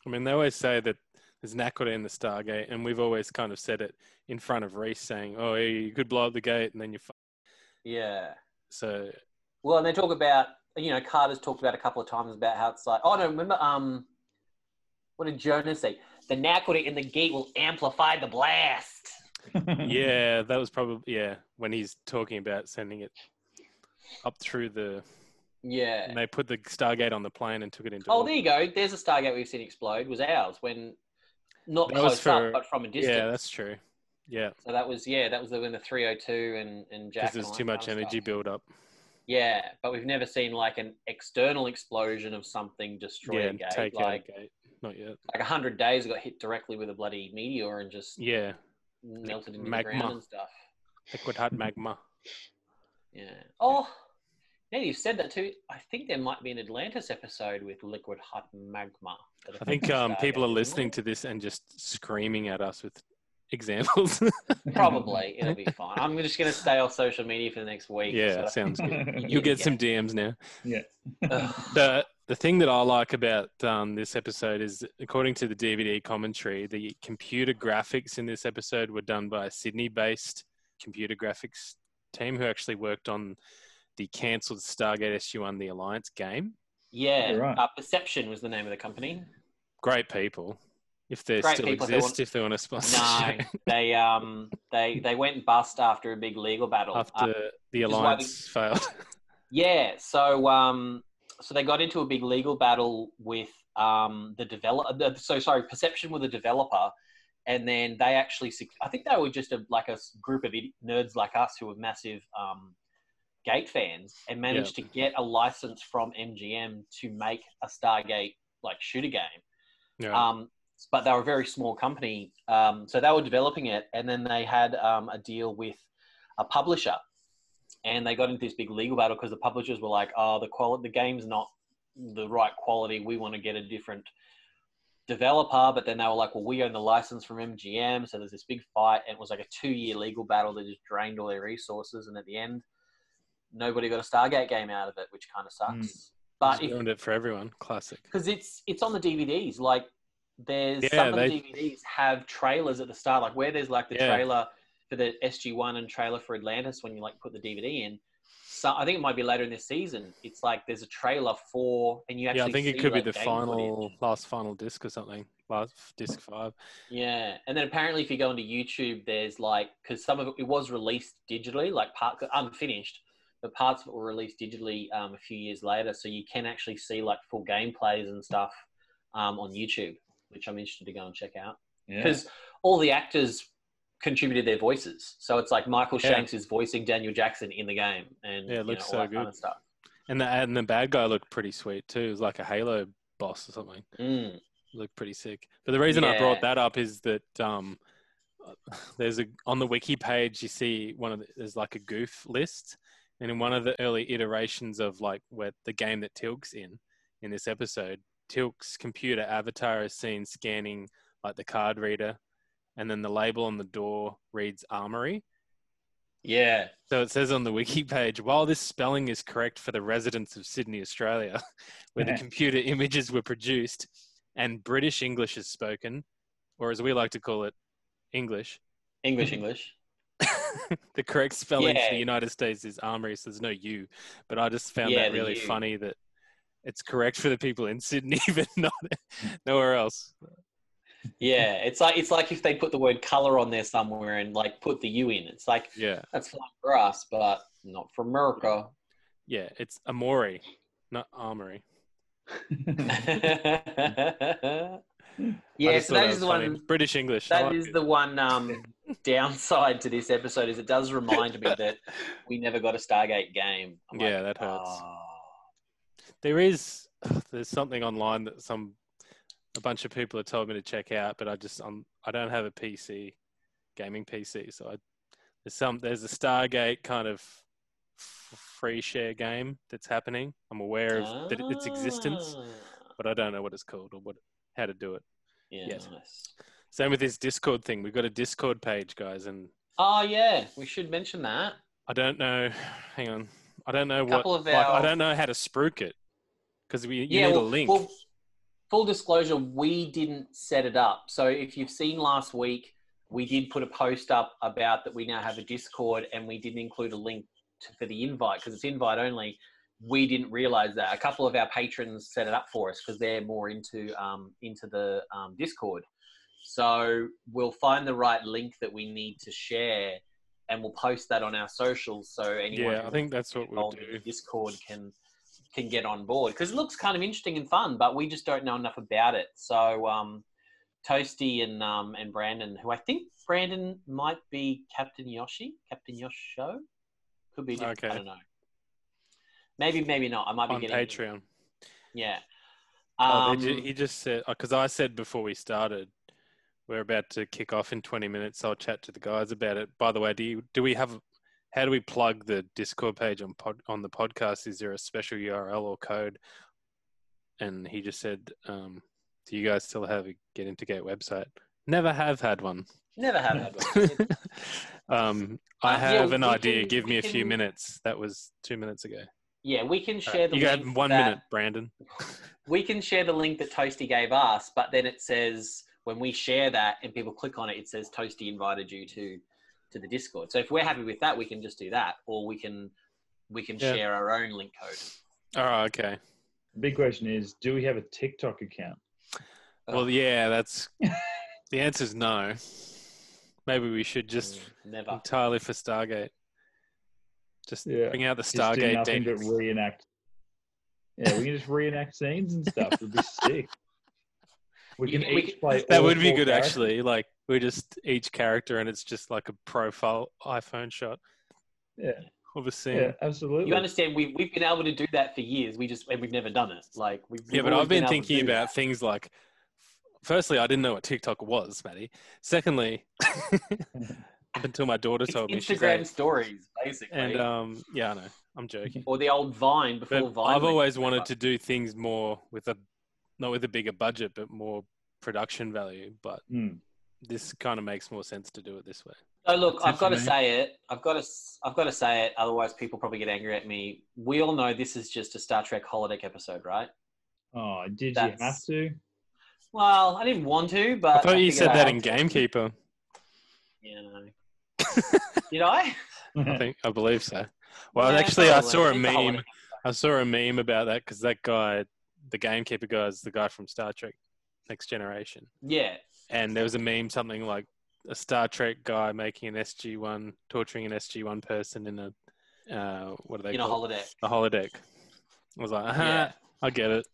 C: I mean, they always say that there's an aqueduct in the Stargate, and we've always kind of said it in front of Reese, saying, "Oh, yeah, you could blow up the gate, and then you." F-.
B: Yeah.
C: So
B: Well, and they talk about you know Carter's talked about a couple of times about how it's like oh no remember um what did Jonas say the nakoda in the gate will amplify the blast.
A: Oh,
B: Hmm.
C: yeah, that was probably yeah when he's talking about sending it up through the.
B: Yeah.
C: And they put the Stargate on the plane and took it into.
B: Oh, there
C: orbit.
B: you go. There's a Stargate we've seen explode. Was ours when not
C: That
B: close
C: was for-
B: up, but from a distance.
C: yeah, that's true. Yeah,
B: so that was yeah, that was the, when the 302 and and Jack. and
C: because there's
B: all that
C: too much
B: kind of
C: energy
B: stuff.
C: build up.
B: Yeah, but we've never seen like an external explosion of something
C: yeah,
B: destroy
C: and
B: a gate.
C: take out a
B: Like
C: gate. Not yet.
B: like hundred days got hit directly with a bloody meteor and just
C: Yeah,
B: melted into
C: magma.
B: the ground and stuff.
C: liquid hot magma.
B: Yeah. Oh. Now you've said that too. I think there might be an Atlantis episode with liquid hot magma. that
C: I think
B: affected
C: um,
B: Stargate,
C: people are
B: isn't
C: listening
B: it?
C: to this and just screaming at us with examples.
B: Probably it'll be fine. I'm just gonna stay off social media for the next week.
C: yeah,
B: So-
C: sounds good.
B: Yeah,
C: You'll get
B: yeah.
C: some DMs now.
B: Ugh.
C: The the thing that I like about um, this episode is, according to the DVD commentary, the computer graphics in this episode were done by a Sydney-based computer graphics team who actually worked on the cancelled Stargate SG-1: The Alliance game.
B: yeah.
A: You're right.
B: Uh, Perception was the name of the company.
C: Great people, if they
B: Great
C: still
B: people, if they
C: exist,
B: want-
C: if they want to sponsor.
B: No,
C: the show.
B: they um they they went bust after a big legal battle.
C: After
B: Uh, is why
C: the
B: we-
C: alliance failed,
B: yeah, so um so they got into a big legal battle with um the developer. So sorry, Perception with the developer. And then they actually, sec- I think they were just a, like a s- group of idi- nerds like us who were massive um, Gate fans, and managed to get a license from MGM to make a Stargate like shooter game.
C: yeah.
B: Um, but they were a very small company, um, so they were developing it, and then they had um, a deal with a publisher, and they got into this big legal battle because the publishers were like, "Oh, the quality, the game's not the right quality. We want to get a different developer." But then they were like, "Well, we own the license from MGM," so there's this big fight, and it was like a two-year legal battle that just drained all their resources, and at the end, nobody got a Stargate game out of it, which kind of sucks. But
C: Just
B: if
C: ruined it for everyone. Classic.
B: because it's it's on the DVDs. Like there's
C: Yeah,
B: some of
C: they-
B: the DVDs have trailers at the start, like where there's like the
C: Yeah.
B: trailer for the SG One and trailer for Atlantis when you like put the DVD in. So I think it might be later in this season. It's like there's a trailer for, and you actually
C: Yeah, I think it
B: see,
C: could
B: like,
C: be the
B: game
C: final,
B: footage.
C: last final disc or something. Last disc five.
B: Yeah, and then apparently if you go into YouTube, there's like because some of it, it was released digitally, like part unfinished, but parts of it were released digitally um, a few years later, so you can actually see like full gameplays and stuff um, on YouTube, which I'm interested to go and check out
A: Yeah.
B: because all the actors contributed their voices. So it's like Michael
C: Yeah.
B: Shanks is voicing Daniel Jackson in the game, and
C: Yeah, it
B: you know,
C: looks
B: all
C: so
B: that kind
C: good.
B: of stuff.
C: And the and the bad guy looked pretty sweet too. It was like a Halo boss or something.
B: Mm.
C: Looked pretty sick. But the reason I brought
B: Yeah.
C: that up is that um, there's a on the wiki page you see one of the, there's like a goof list, and in one of the early iterations of like where the game that Tilk's in in this episode, Tilk's computer avatar is seen scanning like the card reader, and then the label on the door reads Armory.
B: Yeah,
C: So it says on the wiki page, while this spelling is correct for the residents of Sydney, Australia, where the computer images were produced and British English is spoken, or as we like to call it, English,
B: English, English.
C: the correct spelling for
B: Yeah.
C: the United States is armory, so there's no U. But I just found
B: Yeah,
C: that
B: the
C: really
B: U.
C: funny that it's correct for the people in Sydney, but not nowhere else.
B: Yeah, it's like it's like if they put the word color on there somewhere and like put the U in. It's like
C: Yeah.
B: that's fine for us, but not for America.
C: Yeah. It's Amori, not armory. I
B: yeah,
C: just
B: so
C: thought
B: that
C: was
B: is the
C: funny.
B: one.
C: British English. I
B: That
C: like
B: is
C: it.
B: the one um, downside to this episode is it does remind me that we never got a Stargate game.
C: Yeah, that hurts.
B: "Oh."
C: there is there's something online that some a bunch of people have told me to check out, but I just I'm, I don't have a PC, gaming PC, so I, there's some there's a Stargate kind of f- free share game that's happening. I'm aware of that its existence,
B: Ah.
C: but I don't know what it's called or what how to do it.
B: Yeah,
C: Yes.
B: nice.
C: Same with this Discord thing. We've got a Discord page, guys, and
B: Oh yeah, we should mention that.
C: I don't know. Hang on, I don't know what
B: Couple of
C: like, I
B: our-
C: don't know how to spruik it because we you
B: yeah,
C: need
B: well-
C: a link.
B: well, full disclosure, we didn't set it up. So if you've seen last week, we did put a post up about that we now have a Discord, and we didn't include a link to, for the invite because it's invite only. We didn't realize that. A couple of our patrons set it up for us because they're more into um, into the um, Discord. So we'll find the right link that we need to share, and we'll post that on our socials. So anyone
C: yeah, I
B: who
C: think that's what we'll
B: involved in
C: do.
B: the Discord can can get on board because it looks kind of interesting and fun, but we just don't know enough about it. So um, Toasty and um, and Brandon, who I think Brandon might be Captain Yoshi, Captain Yosho, could be. Different,
C: Okay.
B: I don't know. Maybe, maybe not. I might be
C: on
B: getting
C: Patreon.
B: Yeah.
C: Oh,
B: Um,
C: they ju- he just said because I said before we started, we're about to kick off in twenty minutes. So I'll chat to the guys about it. By the way, do you, do we have? How do we plug the Discord page on pod, on the podcast? Is there a special URL or code? And he just said, um, "Do you guys still have a Get Into Gate website?" Never have had one.
B: never have had one.
C: um, I
B: Um, yeah,
C: have
B: we
C: an idea.
B: can-
C: Give
B: we
C: me a few
B: can-
C: minutes. That was two minutes ago.
B: yeah, we can
C: All
B: share
C: right,
B: the.
C: You got
B: link for
C: one
B: that.
C: minute, Brandon.
B: we can share the link that Toasty gave us, but then it says when we share that and people click on it, it says Toasty invited you to to the Discord. So if we're happy with that, we can just do that, or we can we can
C: Yeah.
B: share our own link code.
C: All right, okay.
A: The big question is, do we have a TikTok account? Oh.
C: Well, yeah, that's the answer's no. Maybe we should just
A: Mm.
B: Mm, Never.
C: entirely for Stargate. Just
A: Yeah,
C: bring out the
A: Just do
C: Stargate
A: nothing but
C: demons.
A: reenact. Yeah, we can just reenact scenes and stuff. It'd be sick. We
B: You
A: can
B: can- we
A: each
B: can-
A: play.
C: That
A: all
C: would be
A: four
C: good,
A: characters.
C: actually. Like we just each character, and it's just like a profile iPhone shot
A: Yeah,
C: of a scene.
A: yeah,
C: Yeah,
A: absolutely.
B: You understand? We've we've been able to do that for years. We just and we've never done it. Like we've we've
C: but
B: always
C: I've been,
B: able to
C: thinking
B: do
C: about
B: that.
C: things like. Firstly, I didn't know what TikTok was, Maddie. Secondly, up until my daughter
B: It's
C: told me, she's
B: Instagram
C: eight.
B: stories basically,
C: and um, yeah, I know, I'm joking.
B: or the old Vine before
C: But
B: Vine.
C: I've
B: went
C: always
B: over.
C: wanted to do things more with a not with a bigger budget, but more production value. But
A: Mm.
C: this kind of makes more sense to do it this way.
B: So look,
A: That's it
B: I've got to
A: for me.
B: say it. I've got to. s- I've got to say it. Otherwise, people probably get angry at me. We all know this is just a Star Trek holodeck episode, right?
A: Oh, did you have
B: That's-
A: to?
B: Well, I didn't want to, but
C: I thought you said
B: figured I
C: that
B: had
C: in
B: to.
C: Gamekeeper.
B: Yeah, no. Did I?
A: Hmm.
C: I think I believe so. Well,
B: Yeah,
C: actually, I
B: probably.
C: saw a
B: It's holodeck.
C: meme. I saw a meme about that because that guy, the Gamekeeper guy, is the guy from Star Trek: Next Generation,
B: Yeah,
C: and there was a meme something like a Star Trek guy making an SG one, torturing an SG one person in a uh, what are they
B: in a
C: called?
B: holodeck.
C: the holodeck. "Uh-huh, I was like, uh
B: Yeah.
C: I get it.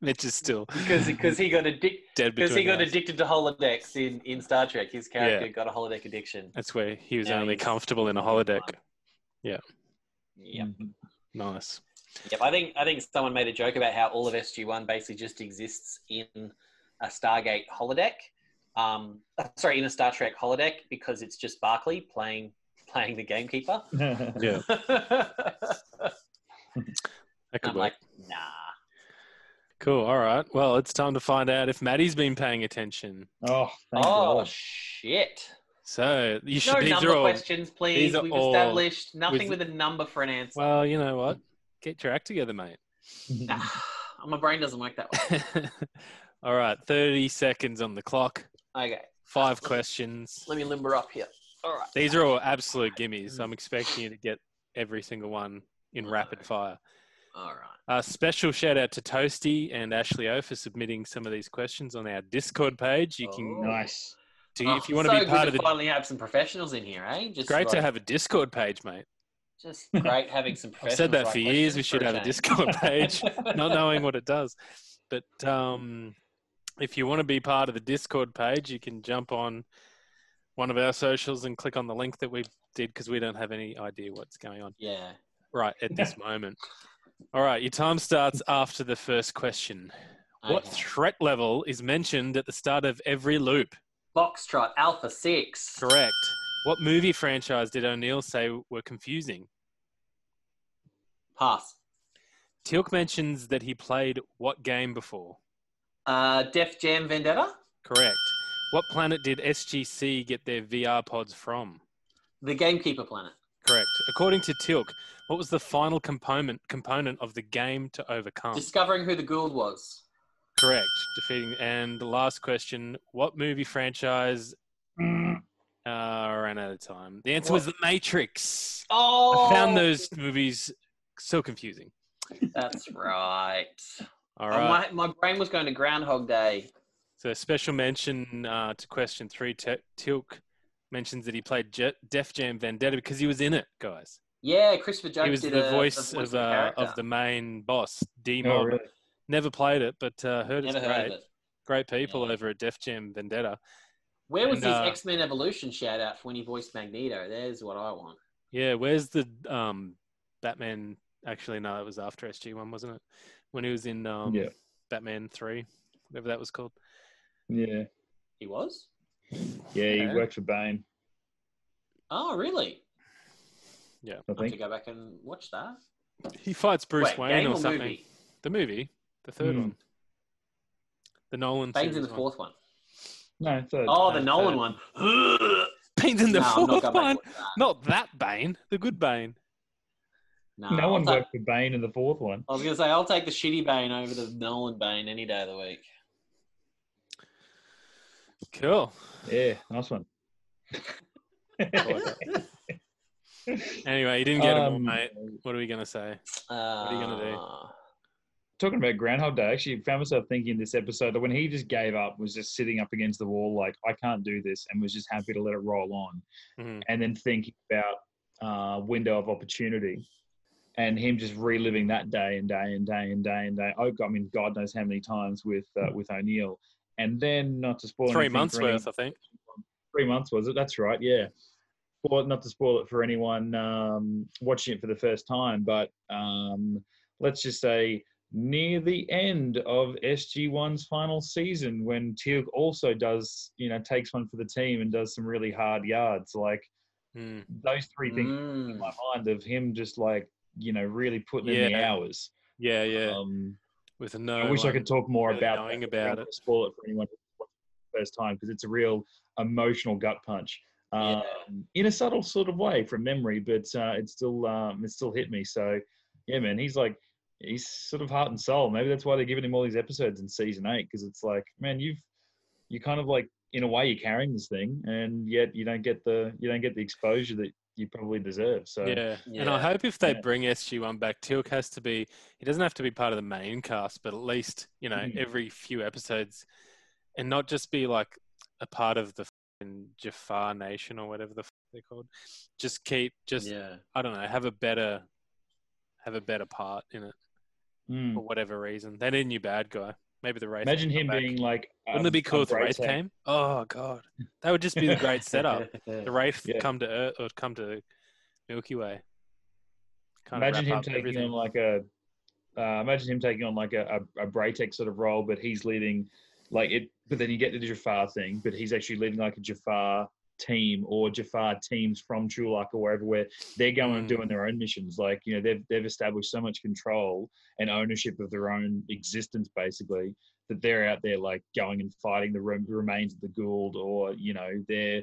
C: Mitch is still
B: because because he got addicted
C: dead
B: because
C: between
B: he got
C: us.
B: addicted to holodecks in in Star Trek. His character
C: Yeah.
B: got a holodeck addiction.
C: That's where he was
B: Now
C: only
B: he's-
C: comfortable in a holodeck.
B: Yep.
A: Hmm.
C: Nice.
B: Yep. I think I think someone made a joke about how all of SG One basically just exists in a Stargate holodeck. Um, sorry, in a Star Trek holodeck because it's just Barclay playing playing the gamekeeper.
A: Yeah.
C: Yeah,
B: I'm
C: that could
B: like,
C: work.
B: nah.
C: cool. All right. Well, it's time to find out if Maddie's been paying attention.
A: Oh, thank
B: oh
A: God.
B: shit.
C: So you should.
B: No
C: these
B: number
C: are all.
B: questions, please.
C: these are
B: We've
C: all
B: established nothing
C: with-
B: with, a number for an answer.
C: Well, you know what? Get your act together, mate.
B: Oh, My brain doesn't work that
C: all right. Thirty seconds on the clock.
B: way. Okay,
C: Five questions.
B: let me limber up here. All right.
C: These are all absolute gimmies. I'm expecting you to get every single one in rapid fire.
B: All right.
C: A special shout out to Toasty and Ashley O for submitting some of these questions on our Discord page. You can,
B: Oh.
A: Nice.
C: do you- if you want
B: so
C: to be part
B: good
C: of the,
B: to finally have some professionals in here, eh? Just
C: great to
B: like-
C: have a Discord page, mate.
B: Just great having some
C: I've
B: professionals.
C: said that
B: write
C: for years. We
B: questions
C: should
B: for
C: have a
B: change.
C: Discord page, not knowing what it does. But um, if you want to be part of the Discord page, you can jump on one of our socials and click on the link that we did because we don't have any idea what's going on
B: Yeah.
C: right at this moment. All right, your time starts after the first question. What
B: okay.
C: threat level is mentioned at the start of every loop?
B: Foxtrot Alpha Six.
C: Correct. What movie franchise did O'Neill say were confusing?
B: Pass.
C: Tilk mentions that he played what game before?
B: Uh, Def Jam Vendetta.
C: Correct. What planet did SGC get their VR pods from?
B: The Gamekeeper Planet.
C: Correct. According to Tilk, what was the final component component of the game to overcome?
B: Discovering who the Gould was.
C: Correct. Defeating and the last question, what movie franchise uh, ran out of time? The answer was The Matrix.
B: Oh,
C: I found those movies so confusing.
B: That's right.
C: All
B: Oh,
C: right.
B: My, my brain was going to Groundhog Day.
C: so special mention uh, to question three. T- Tilk mentions that he played Je- Def Jam Vendetta because he was in it, guys.
B: Yeah, Christopher Jones
C: he was
B: did
C: the
B: a-
C: voice of, uh,
B: character.
C: of the main boss, D Mob.
A: Oh, really?
C: Never played it, but uh, heard
B: Never
C: it's
B: heard
C: great.
B: of it.
C: Great people
B: Yeah.
C: over at Def Jam Vendetta.
B: Where was
C: And,
B: his
C: uh,
B: X Men Evolution shout out for when he voiced Magneto? There's what I want.
C: Yeah, where's the um, Batman? Actually, no, that was after SG One, wasn't it? When he was in um,
A: Yeah.
C: Batman Three, whatever that was called.
A: Yeah.
B: He was.
A: Yeah, he
C: Okay.
A: worked for Bane,
B: Oh, really?
A: I
B: I have to
A: think.
B: go back and watch that.
C: He fights Bruce
B: Wait,
C: Wayne
B: game
C: or something.
B: movie?
C: The movie, the third
A: Hmm.
C: one, the Nolan.
B: Bane's in
C: series
B: the
C: one.
B: fourth one.
A: No, third.
B: Oh,
C: no,
B: the Nolan
C: third.
B: one.
C: Bane's in the
B: no, I'm not
C: fourth
B: going
C: one.
B: back to watch that.
C: Not that Bane, the good Bane.
B: No,
A: no
C: Um,
A: one
B: I'll ta-
A: worked for Bane in the fourth one.
B: I was going to say, I'll take the shitty Bane over the Nolan Bane any day of the week.
C: Cool.
A: Yeah, nice one.
C: Anyway, you didn't get him,
A: Um,
C: mate. What are we gonna say?
B: Uh,
C: are you gonna do?
A: talking about Groundhog Day, I actually found myself thinking this episode that when he just gave up, was just sitting up against the wall, like, I can't do this, and was just happy to let it roll on.
C: Mhm.
A: And then thinking about uh, window of opportunity and him just reliving that day and day and day and day and day. Oh, God, I mean, God knows how many times with uh, with O'Neill. And then, not to spoil
C: Three
A: anything
C: months
A: for anyone-
C: worth, I think.
A: three months was it? That's right. Yeah. Well, not to spoil it for anyone um, watching it for the first time, but um, let's just say near the end of SG1's final season, when Teal'c also does, you know, takes one for the team and does some really hard yards. Like
C: Hmm.
A: those three things in
B: Mm.
A: my mind of him just like, you know, really putting in the
C: Yeah.
A: hours.
C: Yeah, yeah.
A: Um,
C: With no.
A: I wish I
C: one.
A: could talk more
C: really
A: about
C: knowing
A: that.
C: about
A: I don't wanna Spoil it for anyone who's watching it for the first time because it's a real emotional gut punch. Um, In a subtle sort of way from memory, but uh, it still um, it still hit me. So yeah, man, he's like he's sort of heart and soul. Maybe that's why they're giving him all these episodes in season eight because it's like man, you've you kind of like in a way you're carrying this thing, and yet you don't get the you don't get the exposure that you probably deserve. So
C: Yeah. and I
B: Yeah.
C: hope if they
A: Yeah.
C: bring SG One back, Tilk has to be. He doesn't have to be part of the main cast, but at least you know
A: Mhm.
C: every few episodes, and not just be like a part of the f***ing Jafar Nation or whatever the f- they're called. Just keep, just
B: yeah.
C: I don't know, have a better, have a better part in it.
A: Mm.
C: for whatever reason. They need a new bad guy. Maybe the race.
A: Imagine
C: will come
A: him
C: back.
A: being like.
C: Wouldn't
A: um,
C: it be cool
A: a
C: if the race
A: Braithwaite.
C: came? Oh god, that would just be the great setup. The race
A: Yeah.
C: come to Earth or come to Milky Way. Kind
A: Imagine him
C: of
A: taking on like a. Uh, imagine him taking on like a a, a Braytech sort of role, but he's leading, like it. But then you get the Jafar thing, but he's actually leading like a Jafar team or Jafar teams from Chulak or wherever where they're going and
C: Mm.
A: doing their own missions. Like you know they've they've established so much control and ownership of their own existence basically that they're out there like going and fighting the rem- remains of the Gould or you know they're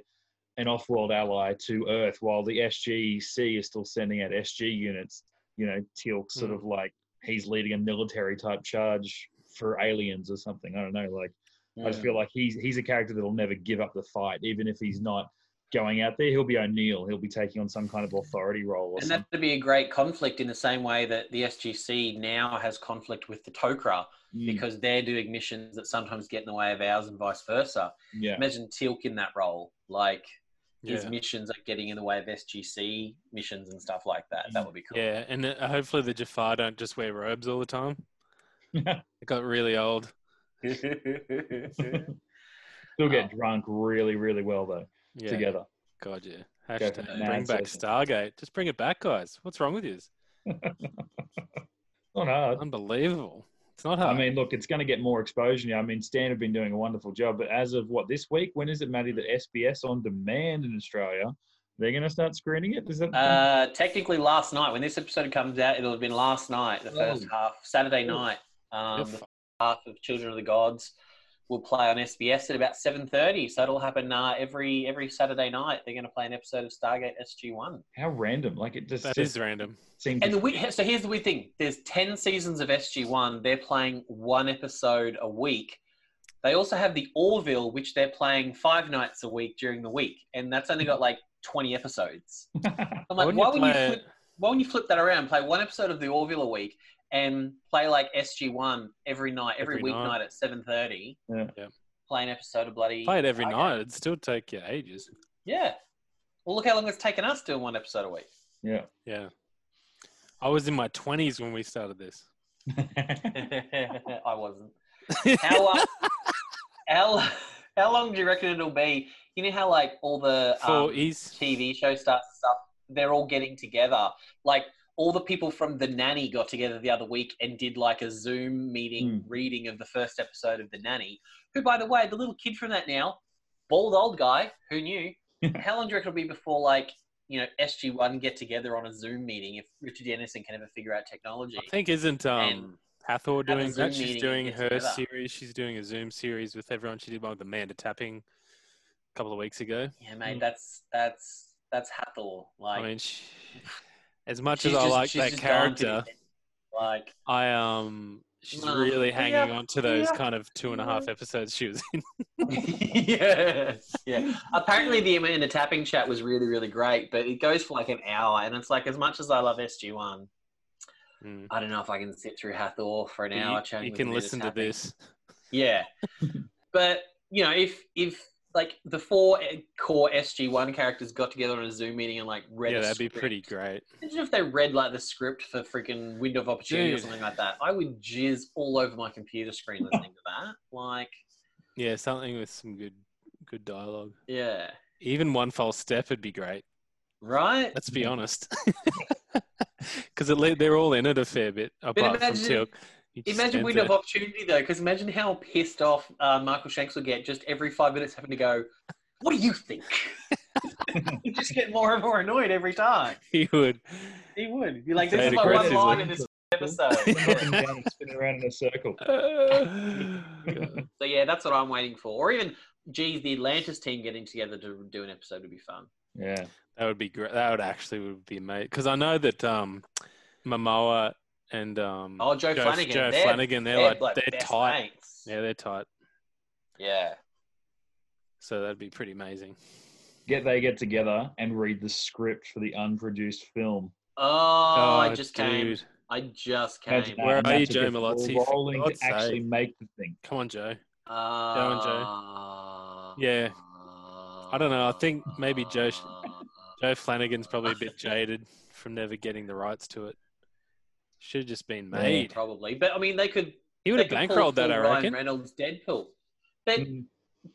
A: an off-world ally to Earth, while the SGC is still sending out SG units. You know, Teal'c
B: Hmm.
A: sort of like he's leading a military type charge for aliens or something. I don't know. Like, I just feel like he's he's a character that'll never give up the fight, even if he's not going out there. He'll be O'Neill. He'll be taking on some kind of authority role. Or
B: And
A: something.
B: that would be a great conflict in the same way that the SGC now has conflict with the Tok'ra
A: Mm,
B: because they're doing missions that sometimes get in the way of ours and vice versa.
A: yeah.
B: Imagine Teal'c in that role, like his
C: yeah.
B: missions are getting in the way of SGC missions and stuff like that. That would be cool.
C: yeah, and uh, hopefully the Jafar don't just wear robes all the time. it got really old.
A: He'll get drunk really, really well though.
C: Yeah.
A: Together.
C: God, yeah.
A: for
C: Hashtag
A: the
C: bring
A: mad
C: back
A: session.
C: Stargate. Just bring it back, guys. What's wrong with you?
A: Not hard.
C: Unbelievable. It's not
A: I
B: Ah.
C: hard.
A: mean, look, it's going to get more exposure. now. I mean, Stan have been doing a wonderful job, but as of what this week, when is it, Maddie, that SBS on demand in Australia they're going to start screening it? Is that
B: Uh, technically, last night when this episode comes out, it'll have been last night, the first half, Saturday night. Um, the
C: If-
B: half of Children of the Gods will play on SBS at about seven thirty. So it'll happen uh, every every Saturday night. They're going to play an episode of Stargate SG One.
A: how random? Like it just,
C: that
A: just
C: is random.
A: seems.
B: And the weird, so here's the weird thing: there's ten seasons of SG One. They're playing one episode a week. They also have the Orville, which they're playing five nights a week during the week, and that's only got like twenty episodes. I'm like, why
C: Why
B: would
C: wouldn't
B: you
C: you play
B: flip
C: it-
B: why don't you flip that around? Play one episode of the Orville a week and play like SG One every night, every,
C: Every
B: weeknight
C: night.
B: at seven thirty.
A: Yeah.
C: Yeah.
B: Play an episode of bloody.
C: Play it every
B: Okay.
C: night. It'd still take you ages.
B: Yeah. Well, look how long it's taken us doing one episode a week.
A: yeah.
C: Yeah. I was in my 20s when we started this.
B: I wasn't. How, uh, how how long do you reckon it'll be? You know how like all the um,
C: 40s.
B: TV show starts and stuff, they're all getting together. Like all the people from The Nanny got together the other week and did like a Zoom meeting
C: Hmm.
B: reading of the first episode of The Nanny. Who, by the way, the little kid from that now, bald old guy, who knew? How long do you reckon it'll be before like you know SG One get together on a Zoom meeting if Richard Anderson can ever figure out technology?
C: I think isn't um,
B: And
C: Hathor
B: have a
C: doing
B: Zoom
C: that?
B: meeting
C: She's
B: and
C: doing
B: get
C: her
B: together.
C: series. She's doing a Zoom series with everyone. She did one with Amanda Tapping a couple of weeks ago.
B: yeah, mate, that's that's that's Hathor. Like,
C: Hmm. I mean, she, as much
B: she's
C: as I
B: just-
C: like
B: she's
C: that
B: just gone to the
C: character,
B: end. Like,
C: I um, she's
B: Nah.
C: really hanging
B: Mmm, Yeah,
C: on to those
B: yeah, Mmm.
C: kind of two and a half episodes she was in.
B: yes. Yeah. Apparently, the Amanda Tapping chat was really, really great, but it goes for like an hour, and it's like as much as I love SG One,
C: Mm.
B: I don't know if I can sit through Hathor for an
C: But you-
B: hour.
C: you,
B: chatting with
C: can
B: Amanda
C: listen to
B: Tapping.
C: this.
B: Yeah, but you know, if if like the four core SG One characters got together on a Zoom meeting and like read,
C: yeah,
B: a
C: that'd be
B: script.
C: pretty great.
B: Imagine if they read like the script for freaking Window of Opportunity or
C: Dude.
B: something like that. I would jizz all over my computer screen listening to that. Like,
C: Yeah, something with some good, good dialogue.
B: yeah,
C: Even one false step would be great.
B: right.
C: Let's be honest, because they're all in it a fair bit. Apart
B: imagine-
C: from Tilk, He just
B: Imagine
C: spends
B: window
C: it.
B: of opportunity though, because imagine how pissed off uh, Michael Shanks will get just every five minutes having to go, "What do you think?" you just get more and more annoyed every time.
C: He would.
B: He would be like,
C: Say
B: "This
C: it
B: is my one
C: aggressively.
B: line in this episode."
A: Knocking down and spinning around in a circle.
C: God.
B: so yeah, that's what I'm waiting for. Or even, geez, the Atlantis team getting together to do an episode would be fun.
A: Yeah.
C: That would be great. That would actually would be amazing because I know that um, Momoa and um,
B: Oh, Joe Flanagan,
C: Joe
B: they're-
C: Flanagan, they're, like, they're
B: best
C: tight.
B: mates.
C: Yeah, they're tight.
B: yeah.
C: So that'd be pretty amazing.
A: Get they get together and read the script for the unproduced film.
B: Oh, I just came.
C: dude.
B: I just came.
A: Imagine that.
C: Where
A: And
C: are you,
A: that's if
C: Joe
A: it's all
C: Malozzi? For
A: Rolling to
C: God's sake.
A: actually make the thing.
C: Come on, Joe.
B: Joe
C: and Joe. Yeah. I don't know. I think maybe Joe sh- Joe Flanagan's probably a bit jaded from never getting the rights to it. Should have just been made.
B: probably. But I mean, they could.
C: He would
B: they
C: have
B: could pull
C: bankrolled that,
B: full
C: I
B: Ryan
C: reckon.
B: Reynolds Deadpool, but
A: Mm.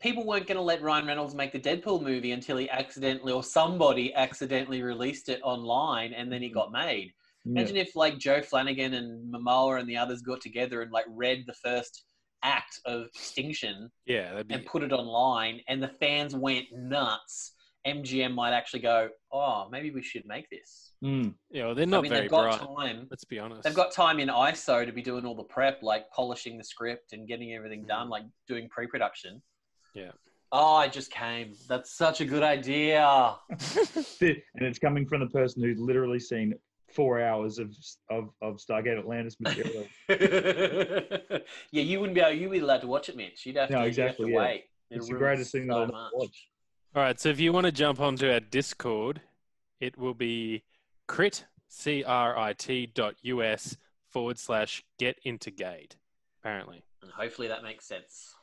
B: people weren't going to let Ryan Reynolds make the Deadpool movie until he accidentally or somebody accidentally released it online, and then he
C: Mm.
B: got made. Imagine if like Joe Flanagan and Momoa and the others got together and like read the first act of Extinction
C: Yeah, that'd be.
B: and put it online, and the fans went nuts. MGM might actually go, oh, maybe we should make this.
A: Mm.
C: Yeah, well, they're not
B: I mean,
C: very
B: they've got
C: bright.
B: time.
C: Let's be honest.
B: They've got time in ISO to be doing all the prep, like polishing the script and getting everything done, like doing pre-production.
C: Mm. Yeah.
B: Oh, I just came. That's such a good idea.
A: and it's coming from the person who's literally seen four hours of of, of Stargate Atlantis material.
B: yeah, you wouldn't be able, you would be allowed to watch it, Mitch. You'd have
A: No,
B: to,
A: exactly,
B: you'd
A: yeah.
B: have to wait. It
A: it's the
B: ruins
A: greatest thing that
B: so
A: I've ever
B: much.
A: watched.
C: All right, so if you want to jump onto our Discord, it will be crit c r i t dot us forward slash get into gate. Apparently,
B: And hopefully that makes sense.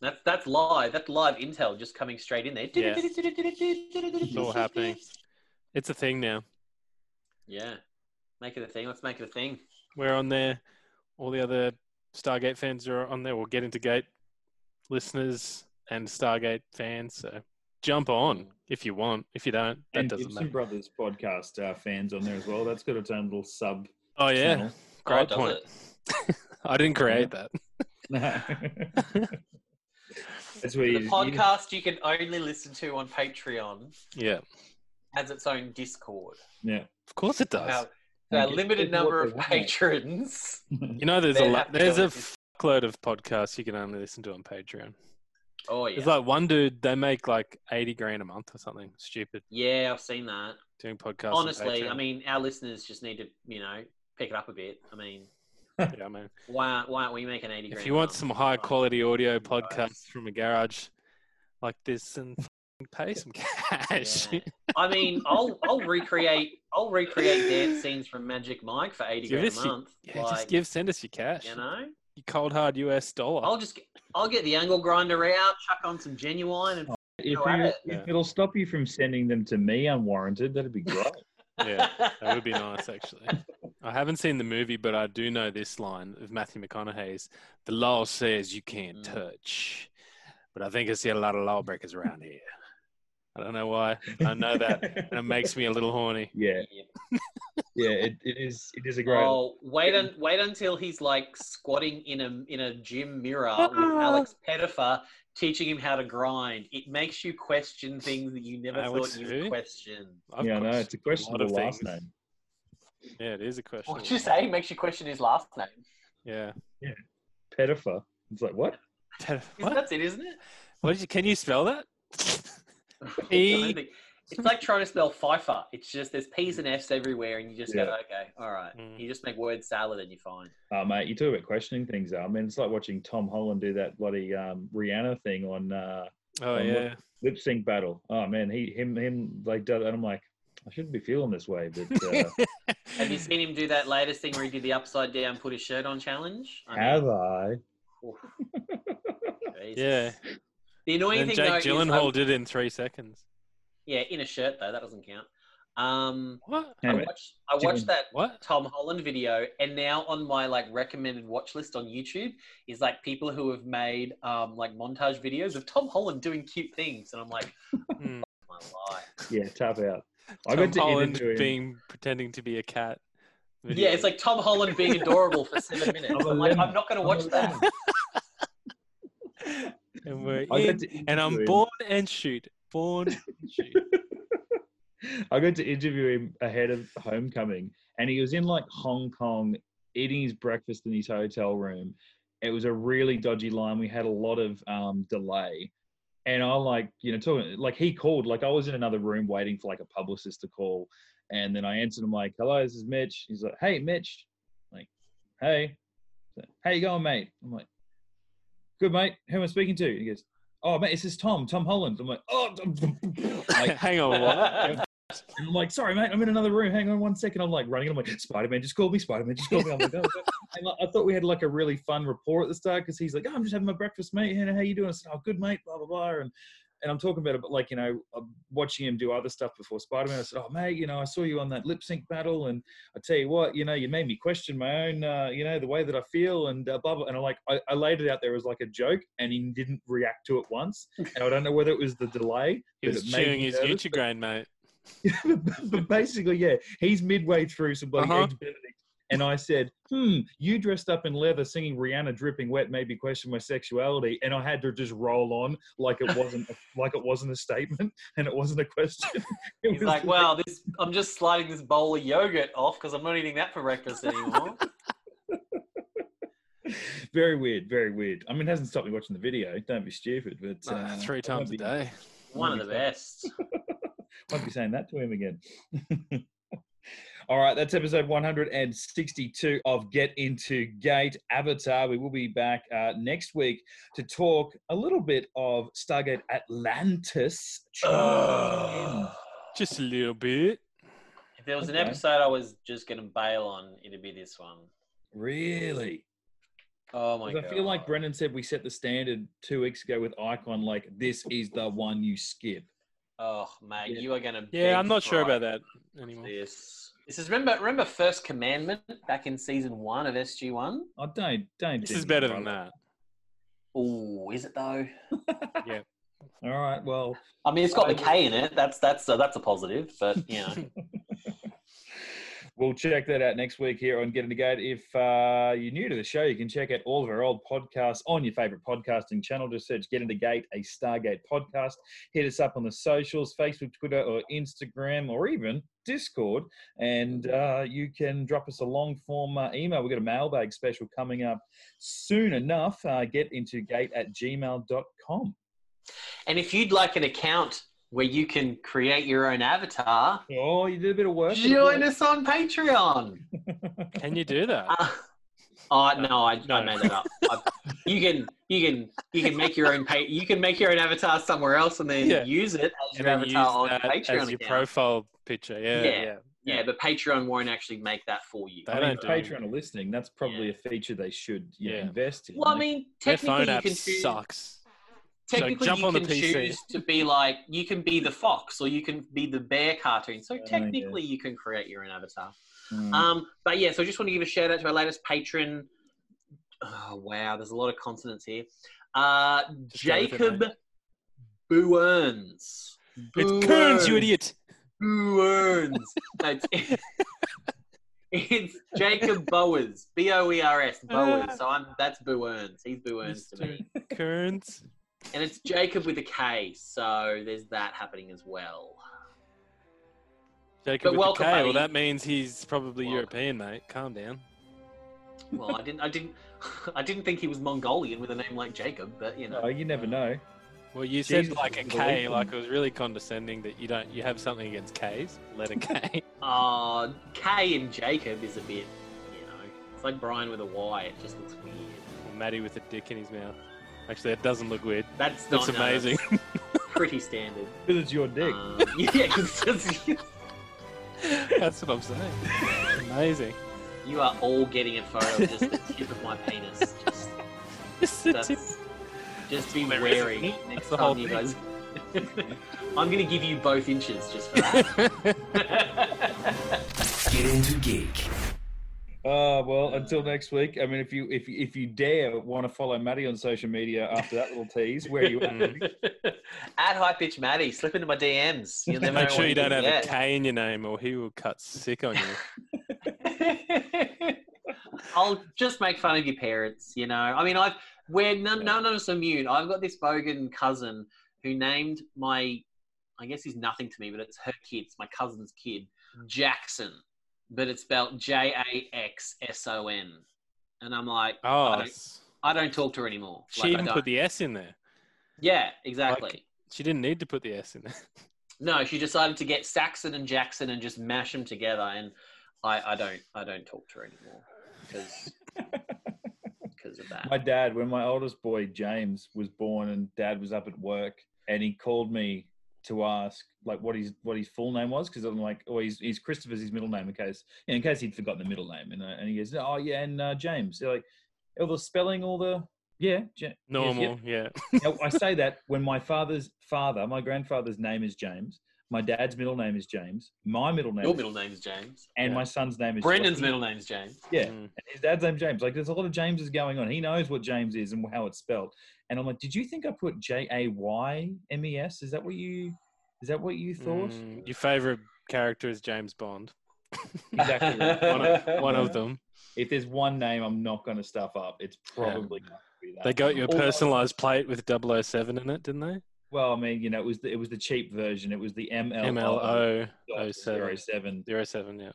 B: That's that's live. That's live intel just coming straight in there.
C: Yeah. it's all happening. It's a thing now.
B: Yeah. Make it a thing. Let's make it a thing.
C: We're on there. All the other Stargate fans are on there. We'll get into gate listeners and Stargate fans. So jump on if you want. If you don't, that
A: and
C: doesn't
A: Gibson
C: matter.
A: Brothers podcast uh, fans on there as well. That's got its own little sub.
C: Oh yeah,
A: channel.
C: great
B: Oh,
C: point.
B: does
C: I didn't create that.
A: That's where
B: The
A: you, you-
B: podcast you can only listen to on Patreon
C: Yeah,
B: has its own Discord.
A: yeah.
C: of course it does.
B: Now, now, a
A: Okay.
B: limited
A: It's
B: number
A: what
B: of
A: they want.
B: patrons.
C: You know, there's a
B: They'd
C: lo-
B: have to
C: there's
B: go
C: a
B: with
C: fuckload of podcasts you can only listen to on Patreon.
B: Oh yeah,
C: There's like one dude they make like eighty grand a month or something stupid
B: yeah, I've seen that.
C: doing podcasts. on
B: Honestly,
C: Patreon.
B: I mean, our listeners just need to, you know, pick it up a bit. I mean,
C: yeah, I mean,
B: why aren't why aren't we making eighty?
C: if
B: grand
C: you
B: a
C: want
B: month?
C: some high quality audio
B: Guys.
C: podcasts from a garage like this, and f***ing pay some cash.
B: Yeah. I mean, I'll I'll recreate I'll recreate dance scenes from Magic Mike for eighty
C: Give
B: grand
C: us
B: a
C: your-
B: month.
C: Yeah,
B: like,
C: just give send us your cash,
B: you know.
C: your cold hard US dollar.
B: I'll just I'll get the angle grinder out, chuck on some genuine, and
A: If,
B: Go at
A: you-
B: it.
A: if it'll stop you from sending them to me unwarranted, that'd be great.
C: yeah, that would be nice actually. I haven't seen the movie, but I do know this line of Matthew McConaughey's: "The law says you can't
B: Mm.
C: touch," but I think I see a lot of lawbreakers around here. I don't know why. I know that, and it makes me a little horny.
A: yeah, yeah. It, it is. It is a great.
B: Oh, wait! Un- wait until he's like squatting in a in a gym mirror with Alex Pettifer teaching him how to grind. It makes you question things that you never
C: Alex
B: thought you
C: who?
B: would question.
C: I've
A: yeah, no,
C: got
A: it's a
C: lot of
A: questionable last
C: things.
A: name.
C: Yeah, it is a question.
B: What did you say? Makes you question his last name.
C: Yeah.
A: Pettifer. It's like what?
B: Isn't-
C: What?
B: That's it, isn't it?
C: what did you, can you spell that?
B: I don't think- it's like trying to spell Pfeiffer. It's just there's P's and F's everywhere, and you just go,
A: Yeah.
B: okay, all right.
C: Mm.
B: You just make word salad, and you're fine.
A: Oh, mate, you talk about questioning things. though. I mean, it's like watching Tom Holland do that bloody um, Rihanna thing on uh,
C: Oh
A: I'm
C: yeah.
A: lip sync battle. Oh man, he him him like done, and I'm like, I shouldn't be feeling this way, but uh,
B: Have you seen him do that latest thing where he did the upside down, put his shirt on challenge? I mean,
A: have I?
B: Jesus.
C: Yeah.
B: The annoying
C: And
B: thing
C: Jake
B: though is,
C: Gyllenhaal
B: um,
C: did it in three seconds.
B: yeah, in a shirt though that doesn't count. Um,
C: What?
B: I
A: Damn it.
B: watched I watched
A: Gyllenhaal.
B: that
C: What?
B: Tom Holland video, and now on my like recommended watch list on YouTube is like people who have made um like montage videos of Tom Holland doing cute things, and I'm like,
C: Hmm.
B: my life.
A: Yeah, tap out. I
C: Tom
A: got to
C: Holland
A: interview him.
C: being pretending to be a cat.
B: Yeah, it's like Tom Holland being adorable for seven minutes. I'm like, I'm not going to watch that.
C: and we're
A: I
C: in,
A: got to
C: and I'm
A: interview him.
C: born and shoot, born and shoot.
A: I got to interview him ahead of homecoming, and he was in like Hong Kong eating his breakfast in his hotel room. It was a really dodgy line. We had a lot of um, delay, and I like you know talking like he called like I was in another room waiting for like a publicist to call, and then I answered him like, "Hello, this is Mitch." He's like, "Hey, Mitch," I'm like, "Hey, He's like, how you going, mate?" I'm like, "Good, mate. Who am I speaking to?" He goes, "Oh, mate, this is Tom. Tom Holland." I'm like, "Oh." Like,
C: Hang on, what?
A: and I'm like, sorry, mate, I'm in another room. Hang on one second. I'm like running. I'm like, Spider Man just called me. Spider Man just called me. I'm like, oh. and like, I thought we had like a really fun rapport at the start because he's like, oh, I'm just having my breakfast, mate. And how you doing? I said, oh, good, mate. Blah blah blah. And and I'm talking about like you know uh, watching him do other stuff before Spider Man. I said, "Oh mate, you know I saw you on that lip sync battle, and I tell you what, you know you made me question my own, uh, you know the way that I feel and uh, blah blah." And I like I, I laid it out there as like a joke, and he didn't react to it once. And I don't know whether it was the delay.
C: He
A: that
C: was
A: it made
C: chewing
A: me
C: his
A: nervous,
C: Gucci grain, mate.
A: but, but basically, yeah, he's midway through some bloody
C: Uh-huh.
A: eggs Benedict, and I said, "Hmm, you dressed up in leather, singing Rihanna, dripping wet, made me question my sexuality." And I had to just roll on like it wasn't like it wasn't a statement and it wasn't a question. It
B: He's
A: was
B: like, wow, this I'm just sliding this bowl of yogurt off because I'm not eating that for breakfast anymore.
A: very weird, very weird. I mean, it hasn't stopped me watching the video. Don't be stupid, but
C: Uh,
A: uh,
C: three
A: I won't
C: times a
A: be-
C: day.
B: One of the best.
A: Might be saying that to him again. All right, that's episode 162 of Get Into Gate Avatar. We will be back uh, next week to talk a little bit of Stargate Atlantis.
C: Just a little bit.
B: If there was an
A: Okay.
B: episode I was just gonna bail on, it'd be this one.
A: Really?
B: Oh my
A: 'Cause
B: god.
A: I feel like Brendan said we set the standard two weeks ago with Icon, like, this is the one you skip.
B: Oh mate,
A: Yeah.
B: you are gonna
C: Yeah,
B: beg
C: I'm not
B: for
C: sure
B: it.
C: about that anymore.
B: This. This is remember remember first commandment back in season one of SG one?
A: Oh, don't, don't.
C: This
A: do
C: is
A: me,
C: better than
A: brother.
C: that.
B: Ooh, is it though?
A: All right, well,
B: I mean, it's got the K in it. That's that's uh, that's a positive, but you know,
A: We'll check that out next week here on Get Into Gate. If uh, you're new to the show, you can check out all of our old podcasts on your favorite podcasting channel. Just search Get Into Gate, a Stargate podcast. Hit us up on the socials Facebook, Twitter, or Instagram, or even Discord. And uh, you can drop us a long form uh, email. We've got a mailbag special coming up soon enough. Uh, get into gate at gmail.com.
B: and if you'd like an account where you can create your own avatar,
A: Oh, you did a bit of work.
B: join us on Patreon.
C: Can you do that?
B: Uh, oh no, I,
C: No.
B: I made that up. I, you can you can you can make your own pa- you can make your own avatar somewhere else and then
C: Yeah.
B: use it as
C: And
B: your
C: then
B: avatar on
C: use
B: your
C: that as
B: Patreon
C: your
B: account.
C: profile picture. Yeah,
B: Yeah.
C: yeah.
B: yeah, but Patreon won't actually make that for you.
C: They
A: I mean,
C: don't
A: if
C: do
A: Patreon are listening, that's probably
B: Yeah.
A: a feature they should you know,
C: Yeah.
A: invest in.
B: Well, I mean,
C: Their phone
B: technically you
C: app
B: can choose,
C: sucks. So
B: technically
C: jump
B: you
C: on the
B: can
C: PC.
B: choose to be like you can be the fox or you can be the bear cartoon. So
A: yeah.
B: technically you can create your own avatar.
C: Hmm.
A: Mm.
B: Um, but yeah, so I just want to give a shout out to our latest patron. Oh, wow, there's a lot of consonants here. Uh,
C: Just go with it,
B: Jacob Buerns.
C: It's Kearns, you idiot.
B: Buerns. No, it's, it's Jacob Bowers. B O E R S. Bowers. So I'm that's Buerns. He's Buerns to me.
C: Mr. Kearns.
B: And it's Jacob with a K. So there's that happening as well.
C: Jacob
B: But
C: with the
B: welcome,
C: K.
B: buddy.
C: Well, that means he's probably
B: Welcome.
C: European, mate. Calm down.
B: Well, I didn't, I didn't, I didn't think he was Mongolian with a name like Jacob, but you know.
A: Oh, you never know.
C: Well, you said
A: Jesus
C: like a
A: is
C: K,
A: awesome.
C: like it was really condescending that you don't you have something against K's, letter K.
B: Uh, Kay and Jacob is a bit, you know, it's like Brian with a Y. It just looks weird.
C: Maddie with a dick in his mouth. Actually, that doesn't look weird.
B: That's not,
C: That's amazing.
B: No, that's pretty standard.
A: Because it's your dick.
B: Um, yeah, 'cause it's just-
C: That's what I'm saying. amazing.
B: you are all getting a photo of just the tip of my penis. Just,
C: It's the tip.
B: that's, just be
C: hilarious, isn't
B: wary
C: it?
B: next
C: That's the whole
B: time you guys. I'm gonna give you both inches just for that.
J: Get into geek.
A: Uh, well, until next week. I mean, if you if you- if you dare want to follow Maddie on social media after that little tease, where are you at?
B: Mm.
A: Maddie?
B: At high pitch Maddie, slip into my DMs. You'll never
C: Make
B: know
C: sure
B: what
C: you
B: it
C: don't
B: is
C: have
B: yet.
C: a K in your name, or he will cut sick on you.
B: I'll just make fun of your parents, you know. I mean, I've we're none, none of us immune. I've got this bogan cousin who named my, I guess he's nothing to me, but it's her kid, it's my cousin's kid,
C: Mm.
B: Jackson, but it's spelled J A X S O N, and I'm like,
C: Oh,
B: don't- I don't talk to her anymore.
C: she
B: Like, I
C: even
B: don't-
C: put the S in there.
B: yeah, exactly.
C: She didn't need to put the S in there.
B: No, she decided to get Saxon and Jackson and just mash them together, and I, I don't, I don't talk to her anymore because because of that.
A: My dad, when my oldest boy James was born, and Dad was up at work, and he called me to ask like what his what his full name was because I'm like, oh, he's, he's Christopher's his middle name in case in case he'd forgotten the middle name, and, uh, and he goes, oh yeah, and uh, James. They're like, all the spelling, all the Yeah, gen- yes, yep.
C: Normal, yeah.
A: Now, I say that when my father's father, my grandfather's name is James, my dad's middle name is James, my middle name,
B: Your
A: is-
B: middle name's James.
A: and
C: yeah.
A: my son's name is
B: Brendan's
A: Josh.
B: middle name's James.
A: Yeah,
C: Mm.
A: and his dad's name James. Like, there's a lot of Jameses going on. He knows what James is and how it's spelled. And I'm like, did you think I put J A Y M E S? Is that what you? Is that what you thought?
C: Mm, your favorite character is James Bond.
A: Exactly. right.
C: One of, one of
A: Yeah.
C: them.
A: if there's one name I'm not going to stuff up, it's probably going to be that.
C: They got you a
A: Although-
C: personalized plate with 007 in it, didn't they?
A: Well, I mean, you know, it was the, it was the cheap version. It was the MLO
C: MLO 07.
A: 07.
C: 07, yeah.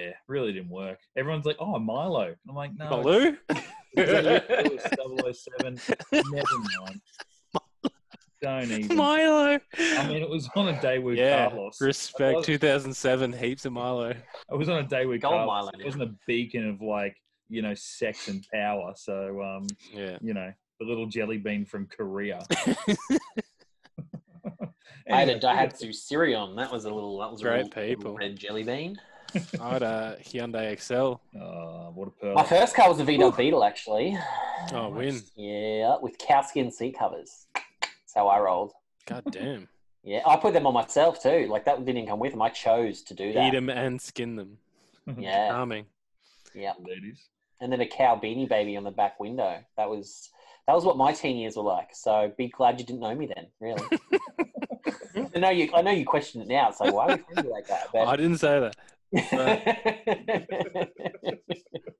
A: Yeah, really didn't work. Everyone's like, "Oh, Milo." And I'm like, "No, it's-
C: Baloo?
A: it's 007. Never mind. Don't even."
C: Milo!
A: I mean, it was on a day with
C: yeah,
A: Carlos.
C: respect
A: was-
C: 2007, heaps of Milo.
A: It was on a day with
B: Gold
A: Carlos.
B: Milo
A: It wasn't a beacon of like you know sex and power. So um,
C: Yeah.
A: you know, the little jelly bean from Korea.
B: I had a
A: Anyway,
B: Daihatsu Sirion. That was a little. That was a
C: Great
B: little- little
C: people.
B: red jelly bean.
C: I had a uh, Hyundai XL.
A: Oh, what a pearl!
B: My first car was a VW Beetle, actually.
C: Oh, win.
B: Yeah, with cow skin seat covers. That's how I rolled.
C: God damn.
B: Yeah, I put them on myself too. Like that didn't come with them. I chose to do
C: Eat
B: that.
C: them and skin them.
B: Yeah,
C: Charming.
B: yeah.
A: ladies.
B: And then a cow beanie baby on the back window. That was that was what my teen years were like. So be glad you didn't know me then. Really. I know you. I know you question it now. It's like why would you do like that? But
C: uh, I didn't say that.